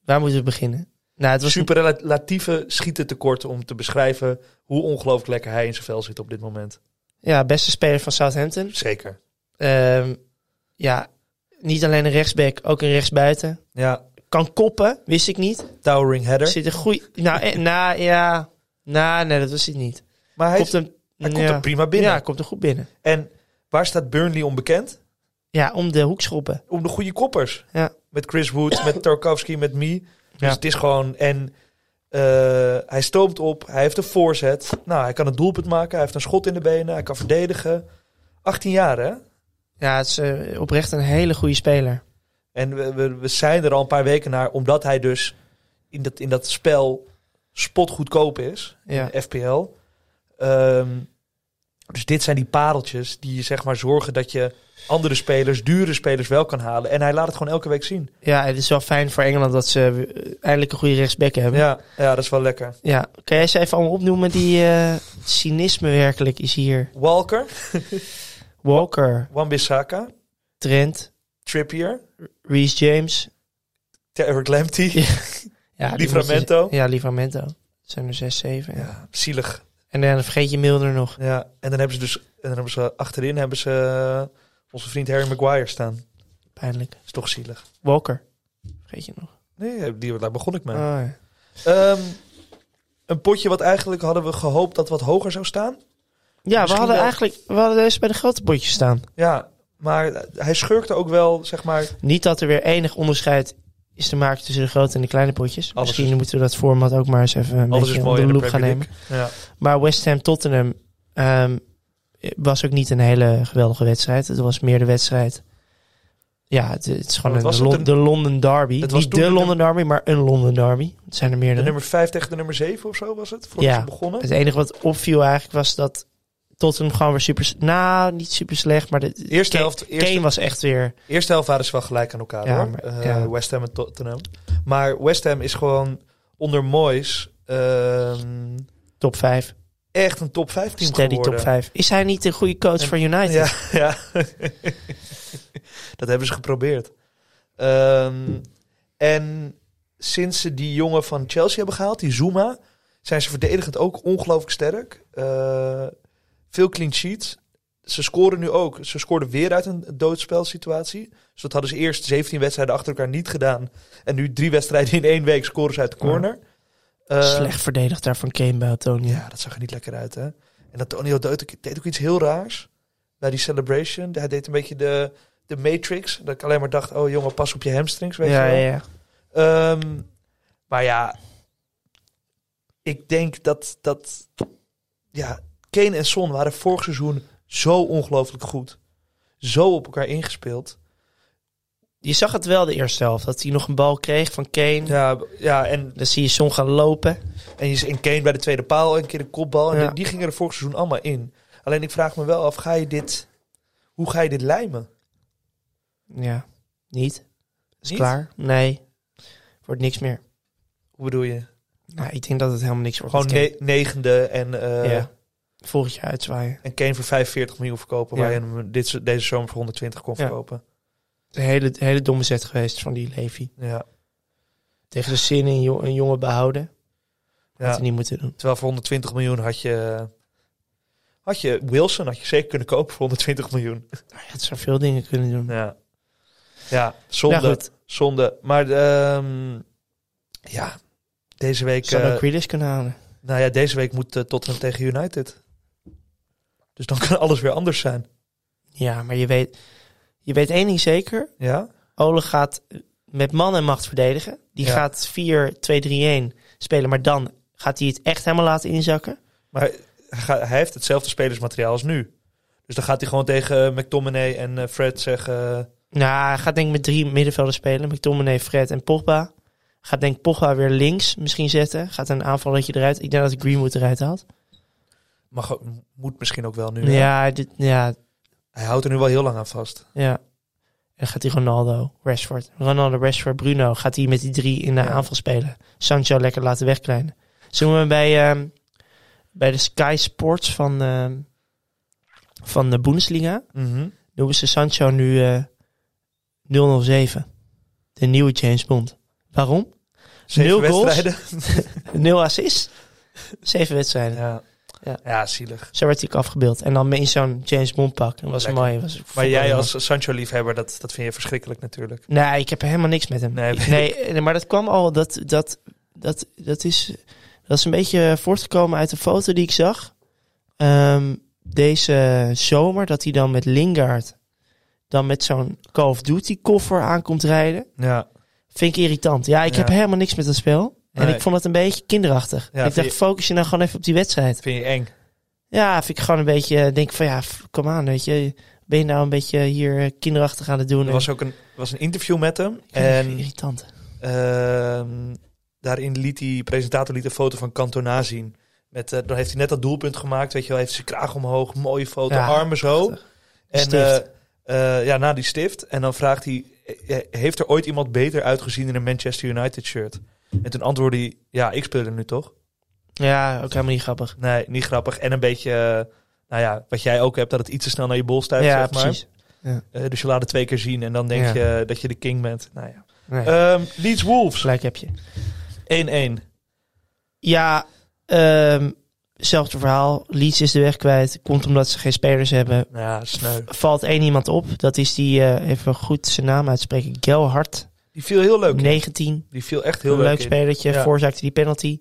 Waar moeten we beginnen? Nou, het was
superlatieve schieten tekort om te beschrijven hoe ongelooflijk lekker hij in zijn vel zit op dit moment.
ja, beste speler van Southampton.
Zeker.
Ehm, ja, niet alleen een rechtsback, ook een rechtsbuiten.
Ja,
Kan koppen, wist ik niet.
towering header.
Zit een goeie... Nou, eh, nou ja... Nou, nee, dat wist ik niet.
maar hij,
Komt hem,
hij
ja.
komt er prima binnen.
Ja, komt er goed binnen.
En waar staat Burnley onbekend?
Ja, om de hoekschoppen.
Om de goede koppers.
Ja.
Met Chris Wood, met Tarkovsky, met me. Dus
Ja.
het is gewoon... En eh, hij stoomt op, hij heeft een voorzet. Nou, hij kan een doelpunt maken, hij heeft een schot in de benen, hij kan verdedigen. 18 jaar, hè?
Ja, het is eh, oprecht een hele goede speler.
En we, we, we zijn er al een paar weken naar, omdat hij dus in dat, in dat spel spotgoedkoop is,
Ja.
in FPL. Ehm, dus dit zijn die pareltjes die je zeg maar zorgen dat je andere spelers, dure spelers wel kan halen. En hij laat het gewoon elke week zien.
Ja, het is wel fijn voor Engeland dat ze eh, eindelijk een goede rechtsback hebben.
Ja, ja dat is wel lekker.
Ja, kan jij ze even allemaal opnoemen? Die eh, cynisme werkelijk is hier.
Walker,
Walker,
Wan-Bissaka,
Trent,
Trippier,
Reece James.
Eric Lamptey.
Ja, Ja, die
Livramento.
moeten ze- Ja, Livramento. Dat zijn er zes, zeven. Ja.
Ja, zielig.
En dan vergeet je Milner nog.
Ja, en dan hebben ze dus en dan hebben ze achterin hebben ze eh, onze vriend Harry Maguire staan.
Pijnlijk.
Is toch zielig.
Walker. Vergeet je nog.
Nee, eh, die, daar begon ik mee.
Oh, ja.
Ehm, een potje wat eigenlijk hadden we gehoopt dat wat hoger zou staan.
ja, we
Misschien
hadden
wel.
eigenlijk we hadden deze bij de grote potjes staan.
Ja, maar hij schurkte ook wel, zeg maar.
Niet dat er weer enig onderscheid is te maken tussen de grote en de kleine potjes.
Alles
Misschien
is-
moeten we dat format ook maar eens even een
Alles
beetje
is mooi
onder
in
de
de
loep gaan
Premier
nemen.
League. Ja.
Maar West Ham Tottenham ehm, was ook niet een hele geweldige wedstrijd. Het was meer de wedstrijd. Ja, het, het is
Maar
gewoon
het
een,
was
Lon-
het een-
de London Derby.
Het was
niet
toen
de
de
London Derby, maar een London Derby. Het zijn er
De
meerdere.
nummer 5 tegen de nummer 7 of zo was het, voordat
Ja.
ze begonnen.
Het enige wat opviel eigenlijk was dat Tottenham gewoon weer super... s- Nou, niet super slecht, maar de
Eerste
Kane-
helft-
Kane
eerste-
was echt weer...
Eerste helft waren ze wel gelijk aan elkaar,
Ja,
hoor.
maar-
Eh,
ja.
West Ham en Tottenham. Maar West Ham is gewoon onder Moyes ehm,
Top 5.
echt een top 5 team
Steady
geworden.
top 5. Is hij niet een goede coach
En-
voor United?
Ja, ja. dat hebben ze geprobeerd. Ehm, en sinds ze die jongen van Chelsea hebben gehaald, die Zuma, zijn ze verdedigend ook ongelooflijk sterk. Eh, veel clean sheets. Ze scoren nu ook. Ze scoorden weer uit een doodspelsituatie. Dus dat hadden ze eerst 17 wedstrijden achter elkaar niet gedaan. En nu drie wedstrijden in één week scoren ze uit de corner. Eh,
Slecht verdedigd daar van Kane bij Antonio.
ja, dat zag er niet lekker uit, hè? En Antonio deed ook, deed ook iets heel raars bij die celebration. Hij deed een beetje de, de Matrix. Dat ik alleen maar dacht, oh jongen, pas op je hamstrings, weet
ja,
je
ja,
wel.
ja.
Ehm, maar ja, ik denk dat, dat... Ja, Kane en Son waren vorig seizoen zo ongelooflijk goed. Zo op elkaar ingespeeld.
Je zag het wel de eerste helft, dat hij nog een bal kreeg van Kane.
Ja, ja en,
Dan zie je Son gaan lopen.
en, je- en Kane bij de tweede paal, een keer de kopbal. En
Ja.
die, die gingen er vorig seizoen allemaal in. Alleen ik vraag me wel af, ga je dit... Hoe ga je dit lijmen?
Ja, niet. Is
Niet?
klaar? Nee. Wordt niks meer.
Hoe bedoel je?
Nou, ik denk dat het helemaal niks wordt.
Gewoon
met Kane.
ne- negende en, eh,
Ja. Volgend jaar uitzwaaien.
en Kane voor 45 miljoen verkopen.
Ja.
Waar je hem dit, zo- deze zomer voor 120 kon
Ja.
verkopen.
Een hele, hele domme zet geweest van die Levy.
Ja.
Tegen de zin in jo- een jongen behouden. Dat
Ja.
hij niet moeten doen.
Terwijl voor 120 miljoen had je, had je Wilson had je zeker kunnen kopen voor 120 miljoen.
Nou ja, het zou veel dingen kunnen doen.
Ja, ja zonde.
Nou goed,
zonde. Maar ehm, ja, deze week,
zou
eh,
ook Grealish kunnen halen.
nou ja, deze week moet tot Tottenham tegen United. Dus dan kan alles weer anders zijn.
Ja, maar je weet, je weet één ding zeker.
Ja?
Ole gaat met man en macht verdedigen. Die
Ja.
gaat 4-2-3-1 spelen. Maar dan gaat hij het echt helemaal laten inzakken.
Maar hij, gaat- hij heeft hetzelfde spelersmateriaal als nu. Dus dan gaat hij gewoon tegen eh, McTominay en eh, Fred zeggen... eh,
Nou, hij gaat denk ik met drie middenvelden spelen. McTominay, Fred en Pogba. Gaat denk ik Pogba weer links misschien zetten. Gaat een aanvalletje eruit. Ik denk dat Greenwood eruit haalt.
mag, ook- moet misschien ook wel nu. hè?
Ja, dit, ja,
Hij houdt er nu wel heel lang aan vast.
ja. En dan gaat hij Ronaldo, Rashford. Ronaldo, Rashford, Bruno. Gaat hij met die drie in de
Ja.
aanval spelen. Sancho lekker laten wegkleinen. Zullen we hem bij, ehm, bij de Sky Sports van, ehm, van de Bundesliga... noemen ze Sancho nu eh, 007. De nieuwe James Bond. Waarom?
Zeven
Nul goals?
wedstrijden.
Nul assist. Zeven wedstrijden.
Ja.
Ja.
Ja. zielig.
Zo werd hij ook afgebeeld. En dan in zo'n James Bond pak. Dat was
Lekker.
mooi. Was
Maar jij als Sancho-liefhebber, dat, dat vind je verschrikkelijk natuurlijk.
Nee, ik heb helemaal niks met hem.
Nee,
Nee, nee, maar dat kwam al... Dat, dat, dat, dat, is, dat is een beetje voortgekomen uit een foto die ik zag. Ehm, deze zomer. Dat hij dan met Lingard... dan met zo'n Call of Duty koffer aankomt rijden.
Ja.
Vind ik irritant. Ja, ik
Ja.
heb helemaal niks met dat spel. En
Nee.
ik vond het een beetje kinderachtig.
Ja,
ik
vind
dacht, focus je nou gewoon even op die wedstrijd.
Vind je eng.
Ja, vind ik gewoon een beetje, eh, denk van ja, f- kom aan, weet je. Ben je nou een beetje hier eh, kinderachtig aan het doen?
Er was ook een, was een interview met hem.
en
En
irritant.
ehm, daarin liet die presentator liet een foto van Cantona zien. Met, eh, dan heeft hij net dat doelpunt gemaakt. Weet je wel, heeft zijn kraag omhoog. Mooie foto,
Ja,
armen zo. En
Stift.
eh, eh, ja, na die stift. En dan vraagt hij, eh, eh, heeft er ooit iemand beter uitgezien in een Manchester United shirt? En toen antwoordde hij, ja, ik speel er nu toch?
Ja, ook helemaal niet grappig.
Nee, niet grappig. En een beetje, eh, nou ja, wat jij ook hebt, dat het iets te snel naar je bol stuift,
ja,
zeg maar.
precies.
Eh, dus je laat het twee keer zien en dan denk
Ja.
je dat je de king bent. Nou ja.
Nee,
Ehm, Leeds Wolves, 1-1.
Eh, gelijk heb je. Ja, ehm zelfde verhaal. Leeds is de weg kwijt. Komt omdat ze geen spelers hebben.
Nou ja, sneu.
Valt één iemand op. Dat is die, eh, even goed zijn naam uitspreken, Gelhard.
Die viel heel leuk in.
19.
Die viel echt heel
Heel
leuk,
leuk
in.
spelertje.
Ja.
Veroorzaakte die penalty.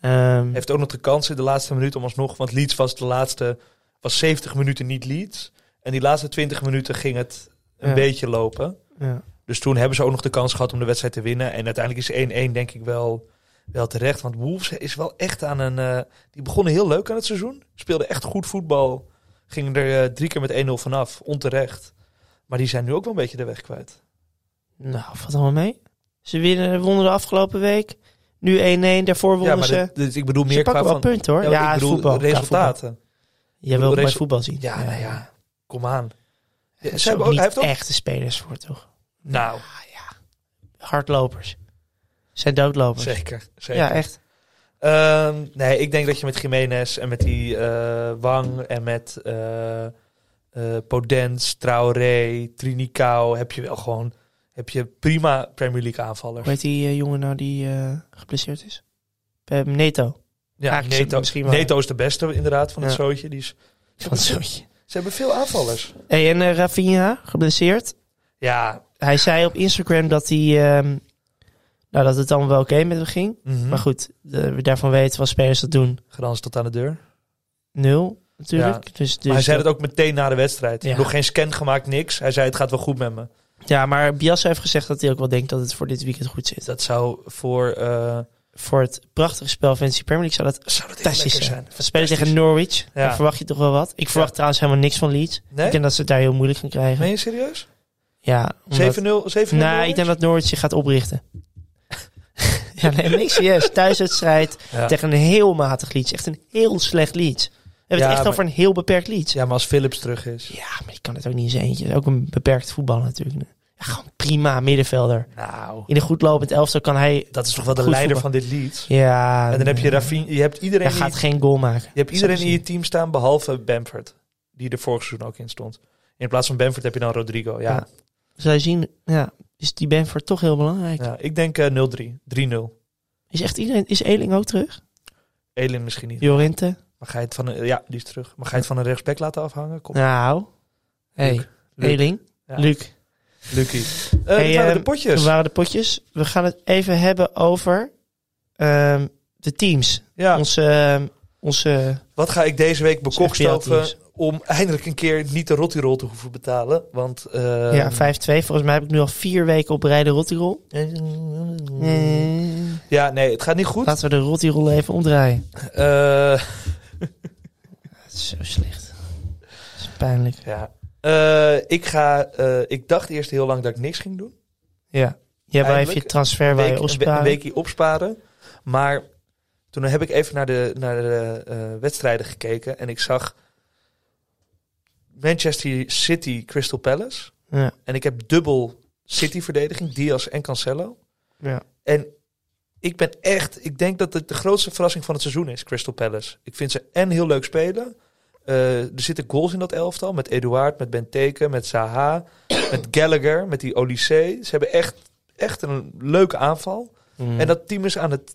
Ehm,
Heeft ook nog de kans in de laatste minuut om alsnog, want Leeds was de laatste, was 70 minuten niet Leeds. En die laatste 20 minuten ging het een
Ja.
beetje lopen.
ja.
Dus toen hebben ze ook nog de kans gehad om de wedstrijd te winnen. En uiteindelijk is 1-1 denk ik wel, wel terecht. Want Wolves is wel echt aan een... eh, die begonnen heel leuk aan het seizoen. Speelden echt goed voetbal. Gingen er eh, drie keer met 1-0 vanaf. Onterecht. Maar die zijn nu ook wel een beetje de weg kwijt.
Nou, valt allemaal mee. Ze winnen, wonnen de afgelopen week. Nu 1-1. Daarvoor
Ja,
wonnen
maar
ze.
dit, dit- ik bedoel
ze
meer qua
pakken wel
van...
punten hoor.
Ja,
Ja,
ik bedoel
voetbal.
resultaten.
Je wil
bedoel,
bij
resu-
voetbal zien.
Ja, nou ja. Kom aan. Ja,
Ze
ze hebben ook,
niet
hij heeft ook...
echte spelers voor toch?
Nou,
Hardlopers. Zijn doodlopers.
zeker. zeker.
Ja, echt.
Ehm, nee, ik denk dat je met Jiménez en met die eh, Wang en met eh eh, Podence, Traoré, Trinicao heb je wel gewoon heb je prima Premier League aanvallers.
Hoe heet die eh, jongen nou die eh, geblesseerd is? Eh, Neto.
ja,
Haak zit
Neto,
misschien wel.
Neto is de beste inderdaad van het
Ja.
zootje. Die is,
Van het zootje.
ze hebben veel aanvallers.
Hey, en eh, Rafinha, geblesseerd.
Ja,
Hij zei op Instagram dat hij... ehm, nou, dat het dan wel oké met hem ging.
mhm.
Maar goed, de- we daarvan weten wat spelers dat doen.
Grans tot aan de deur.
Nul, natuurlijk. Dus, dus
maar hij zei
dat-
dat ook meteen na de wedstrijd.
Ja.
Nog geen scan gemaakt, niks. Hij zei het gaat wel goed met me.
Ja, maar Bielsa heeft gezegd dat hij ook wel denkt dat het voor dit weekend goed zit.
Dat zou voor... eh,
Voor het prachtige spel Fantasy Premier League zou dat
zou dat echt
fantastisch
lekker
zijn.
zijn.
We spelen tegen Norwich.
Ja.
Dan verwacht je toch wel wat. Ik verwacht trouwens helemaal niks van Leeds.
Nee?
Ik denk dat ze het daar heel moeilijk gaan krijgen.
Meen je serieus? 7-0? 7-0
Ja, omdat- Nou, ik
Norwich?
denk dat Norwich zich gaat oprichten. ja, nee, niks serieus. Thuiswedstrijd
Ja.
tegen een heel matig Leeds. Echt een heel slecht Leeds. We hebben
Ja,
het echt
maar-
over een heel beperkt Leeds. Ja.
Ja, maar als Philips terug is.
maar die kan het ook niet in zijn eentje. Ook een beperkt voetbal natuurlijk. Ja, gewoon prima middenvelder.
Nou,
In een goed lopend elftal kan hij...
dat is toch wel de
Goed
leider
voetbal.
van dit lied.
Ja,
En dan heb je Rafinha, je hebt iedereen,
hij
in
gaat
je,
geen goal maken.
je hebt iedereen
Zo
in je team staan behalve Bamford, die er vorig seizoen ook in stond. In plaats van Bamford heb je dan Rodrigo. Ja,
Ja. Zou je zien, ja, is die Benford toch heel belangrijk.
ja. ik denk eh, 0-3, 3-0.
Is echt iedereen, is Eling ook terug?
Elin misschien niet.
Jorente?
Maar ga je het van een, ja, die is terug. Maar ga je het van een rechtsback laten afhangen? Kom.
Nou, hey,
Luc.
Eling,
Ja.
Luc.
Lucky. Eh dit waren
ehm,
de
Dat
potjes.
waren de potjes. We gaan het even hebben over ehm, de teams.
Ja,
Onze, ehm, onze
wat ga ik deze week bekokstoven
Speelteams.
om eindelijk een keer niet de rottirol te hoeven betalen? Want eh,
ja, 5-2. Volgens mij heb ik nu al vier weken op rij de Rottirol.
Mm.
Eh,
ja, nee, het gaat niet goed.
Laten we de Rottirol even omdraaien.
Eh,
Het is zo slecht. Dat is pijnlijk.
ja. Eh, ik, ga, eh, ik dacht eerst heel lang dat ik niks ging doen.
Ja. Ja, waar heeft je
Eindelijk
transfer waar
week,
je
een we-
opsparen?
Een weekje opsparen. Maar toen heb ik even naar de, naar de eh, wedstrijden gekeken. En ik zag Manchester City Crystal Palace.
Ja.
En ik heb dubbel City-verdediging. Diaz en Cancelo.
Ja.
En ik ben echt... Ik denk dat het de grootste verrassing van het seizoen is, Crystal Palace. Ik vind ze en heel leuk spelen. Eh, er zitten goals in dat elftal. Met Eduard, met Benteke, met Zaha. met Gallagher, met die Olysee. Ze hebben echt, echt een leuke aanval.
Mm.
En dat team is aan het,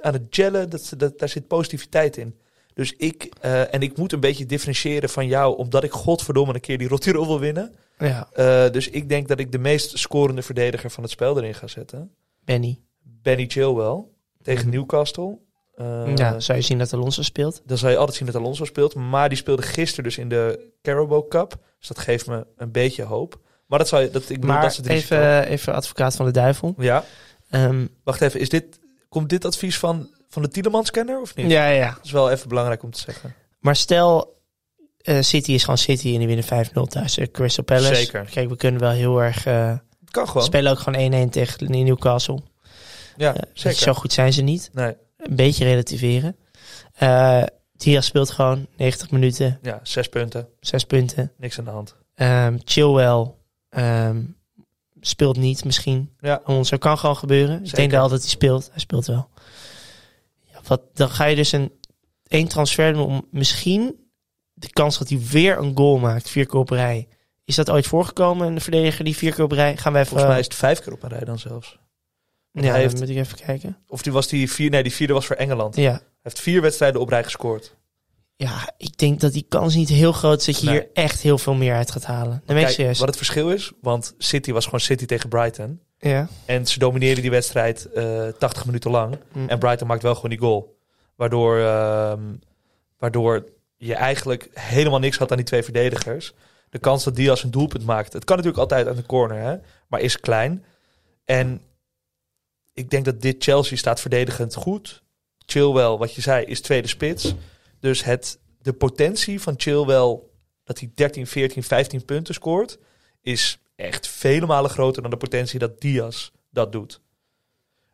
aan het gellen. Dat, ze- dat, daar zit positiviteit in. Dus ik... eh, en ik moet een beetje differentiëren van jou. Omdat ik godverdomme een keer die Rotterdam wil winnen.
Ja,
Eh, dus ik denk dat ik de meest scorende verdediger van het spel erin ga zetten.
Benny.
Benny Chilwell tegen Newcastle. Eh,
Mhm. ja, zou je zien dat Alonso speelt?
Dan zou je altijd zien dat Alonso speelt. Maar die speelde gisteren dus in de Carabao Cup. Dus dat geeft me een beetje hoop. Maar dat zou je... Dat, ik bedoel, dat
Maar
is het risico.
even, even advocaat van de duivel.
Ja,
Ehm,
wacht even. Is dit, komt dit advies van, van de Tielemans-kenner of niet?
ja, ja.
Dat is wel even belangrijk om te zeggen.
Maar stel, eh, City is gewoon City en die winnen 5-0 thuis. eh, Crystal Palace.
Zeker.
Kijk, we kunnen wel heel erg... eh
Het kan gewoon.
spelen ook gewoon 1-1 tegen Newcastle.
Ja,
Eh,
zeker.
Zo goed zijn ze niet.
Nee,
Een beetje relativeren. Eh Diaz speelt gewoon 90 minuten,
ja, zes punten.
6 punten.
Niks aan de hand.
Ehm Chilwell ehm, speelt niet misschien.
Ja.
Want Zo kan gewoon gebeuren. Ik
Zeker.
denk wel dat hij speelt. Hij speelt wel. Ja, wat, dan ga je dus een, één transfer doen om misschien de kans dat hij weer een goal maakt, vier keer op rij. Is dat ooit voorgekomen, een verdediger die vier keer op rij? Gaan wij even...
Volgens mij is het vijf keer op een rij dan zelfs.
ja,
hij
dan
heeft-
moet ik even kijken.
Of die was die vier, nee, die vierde was voor Engeland. Hij
Ja,
heeft vier wedstrijden op rij gescoord.
Ja, ik denk dat die kans niet heel groot is dat je
Nee.
hier echt heel veel meer uit gaat halen. Dan ben ik
Kijk,
serieus.
wat het verschil is, want City was gewoon City tegen Brighton.
Ja.
En ze domineerden die wedstrijd eh 80 minuten lang.
Mm.
En Brighton maakt wel gewoon die goal. Waardoor, ehm, waardoor je eigenlijk helemaal niks had aan die twee verdedigers. De kans dat Diaz een doelpunt maakt. Het kan natuurlijk altijd uit een corner, hè? maar is klein. En ik denk dat dit Chelsea staat verdedigend goed. Chilwell, wat je zei, is tweede spits. Dus het, de potentie van Chilwell dat hij 13, 14, 15 punten scoort... is echt vele malen groter dan de potentie dat Diaz dat doet.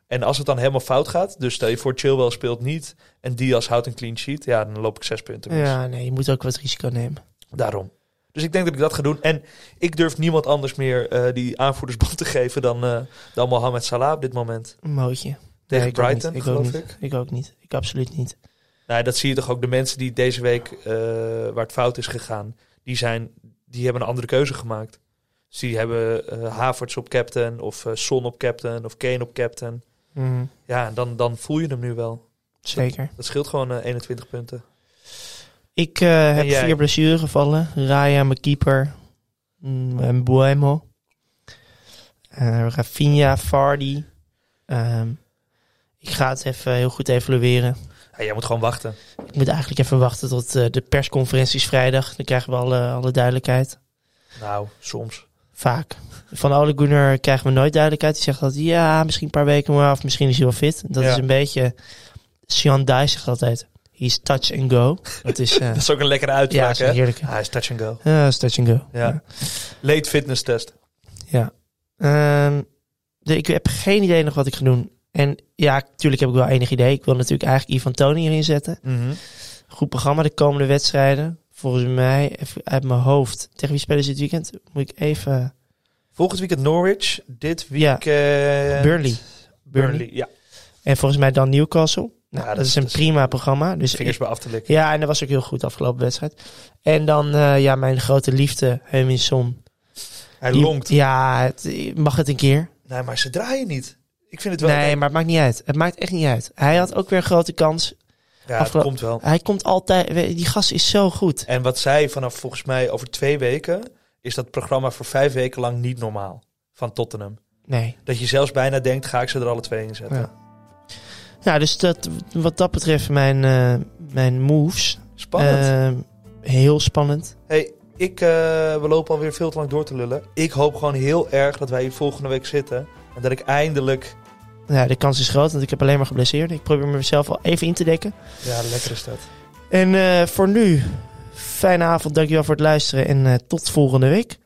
En als het dan helemaal fout gaat, dus stel je voor Chilwell speelt niet en Diaz houdt een clean sheet, ja, dan loop ik zes punten mis.
ja, nee, je moet ook wat risico nemen.
Daarom. Dus ik denk dat ik dat ga doen. En ik durf niemand anders meer eh, die aanvoerdersband te geven dan, eh, dan Mohamed Salah op dit moment.
Een mootje.
Tegen
Nee, ik ook
Brighton,
niet. Ik ook
geloof
niet.
ik.
Ik ook niet. Ik absoluut niet.
Nou, dat zie je toch ook. De mensen die deze week, eh, waar het fout is gegaan, die, zijn, die hebben een andere keuze gemaakt. Dus die hebben eh, Havertz op captain, of eh, Son op captain, of Kane op captain.
Mhm,
Ja, en dan, dan voel je hem nu wel.
zeker.
Dat scheelt gewoon eh, 21 punten.
Ik eh, heb
jij?
vier blessuregevallen. Raya, mijn keeper. Mm, en Buemo. Eh, Rafinha, Vardy. Ehm, ik ga het even heel goed evalueren.
Ja, jij moet gewoon wachten.
Ik moet eigenlijk even wachten tot eh, de persconferenties vrijdag. Dan krijgen we alle, alle duidelijkheid.
Nou, soms.
Vaak. Van Ole Gunnar krijgen we nooit duidelijkheid. Die zegt altijd, ja, misschien een paar weken maar af. Misschien is hij wel fit. Dat
Ja.
is een beetje... Sean Dice zegt altijd, he's touch and go. Dat is, eh,
Dat is ook een lekkere
ja,
uitspraak,
is een
hè?
heerlijke.
Ah, hij is touch and go.
Ja, dat is touch and go.
Ja. Late fitness test.
Ja. Ehm, de- ik heb geen idee nog wat ik ga doen. En ja, natuurlijk heb ik wel enig idee. Ik wil natuurlijk eigenlijk Ivan Tony hierin zetten.
Mhm.
Goed programma de komende wedstrijden. Volgens mij, even uit mijn hoofd. Tegen wie spelen ze dit weekend? Moet ik even...
Volgend weekend Norwich. Dit
Ja.
weekend...
Burnley.
Burnley, ja.
En volgens mij dan Newcastle. Nou,
Ja,
dat,
dat
is
is-
een
dat is-
prima programma. Dus
Vingers
ik-
bij af te likken.
ja, en dat was ook heel goed afgelopen wedstrijd. En dan, eh, ja, mijn grote liefde, Heuminson.
Hij longt.
Ja, het, mag het een keer?
Nee, maar ze draaien niet. Ik vind het wel...
Nee, maar het maakt niet uit. Het maakt echt niet uit. Hij had ook weer een grote kans.
ja, het
afgelo-
komt wel.
Hij komt altijd... we- Die gast is zo goed.
En wat zij vanaf volgens mij over twee weken... is dat programma voor vijf weken lang niet normaal. Van Tottenham.
Nee.
Dat je zelfs bijna denkt, ga ik ze er alle twee in zetten.
Ja. Nou, dus dat, wat dat betreft mijn, eh, mijn moves.
Spannend.
Ehm, heel spannend.
Hey, ik, eh, we lopen alweer veel te lang door te lullen. Ik hoop gewoon heel erg dat wij hier volgende week zitten. En dat ik eindelijk...
Ja, de kans is groot, want ik heb alleen maar geblesseerd. Ik probeer mezelf al even in te dekken.
Ja, lekker is dat.
En eh, voor nu, fijne avond. Dankjewel voor het luisteren. En eh, tot volgende week.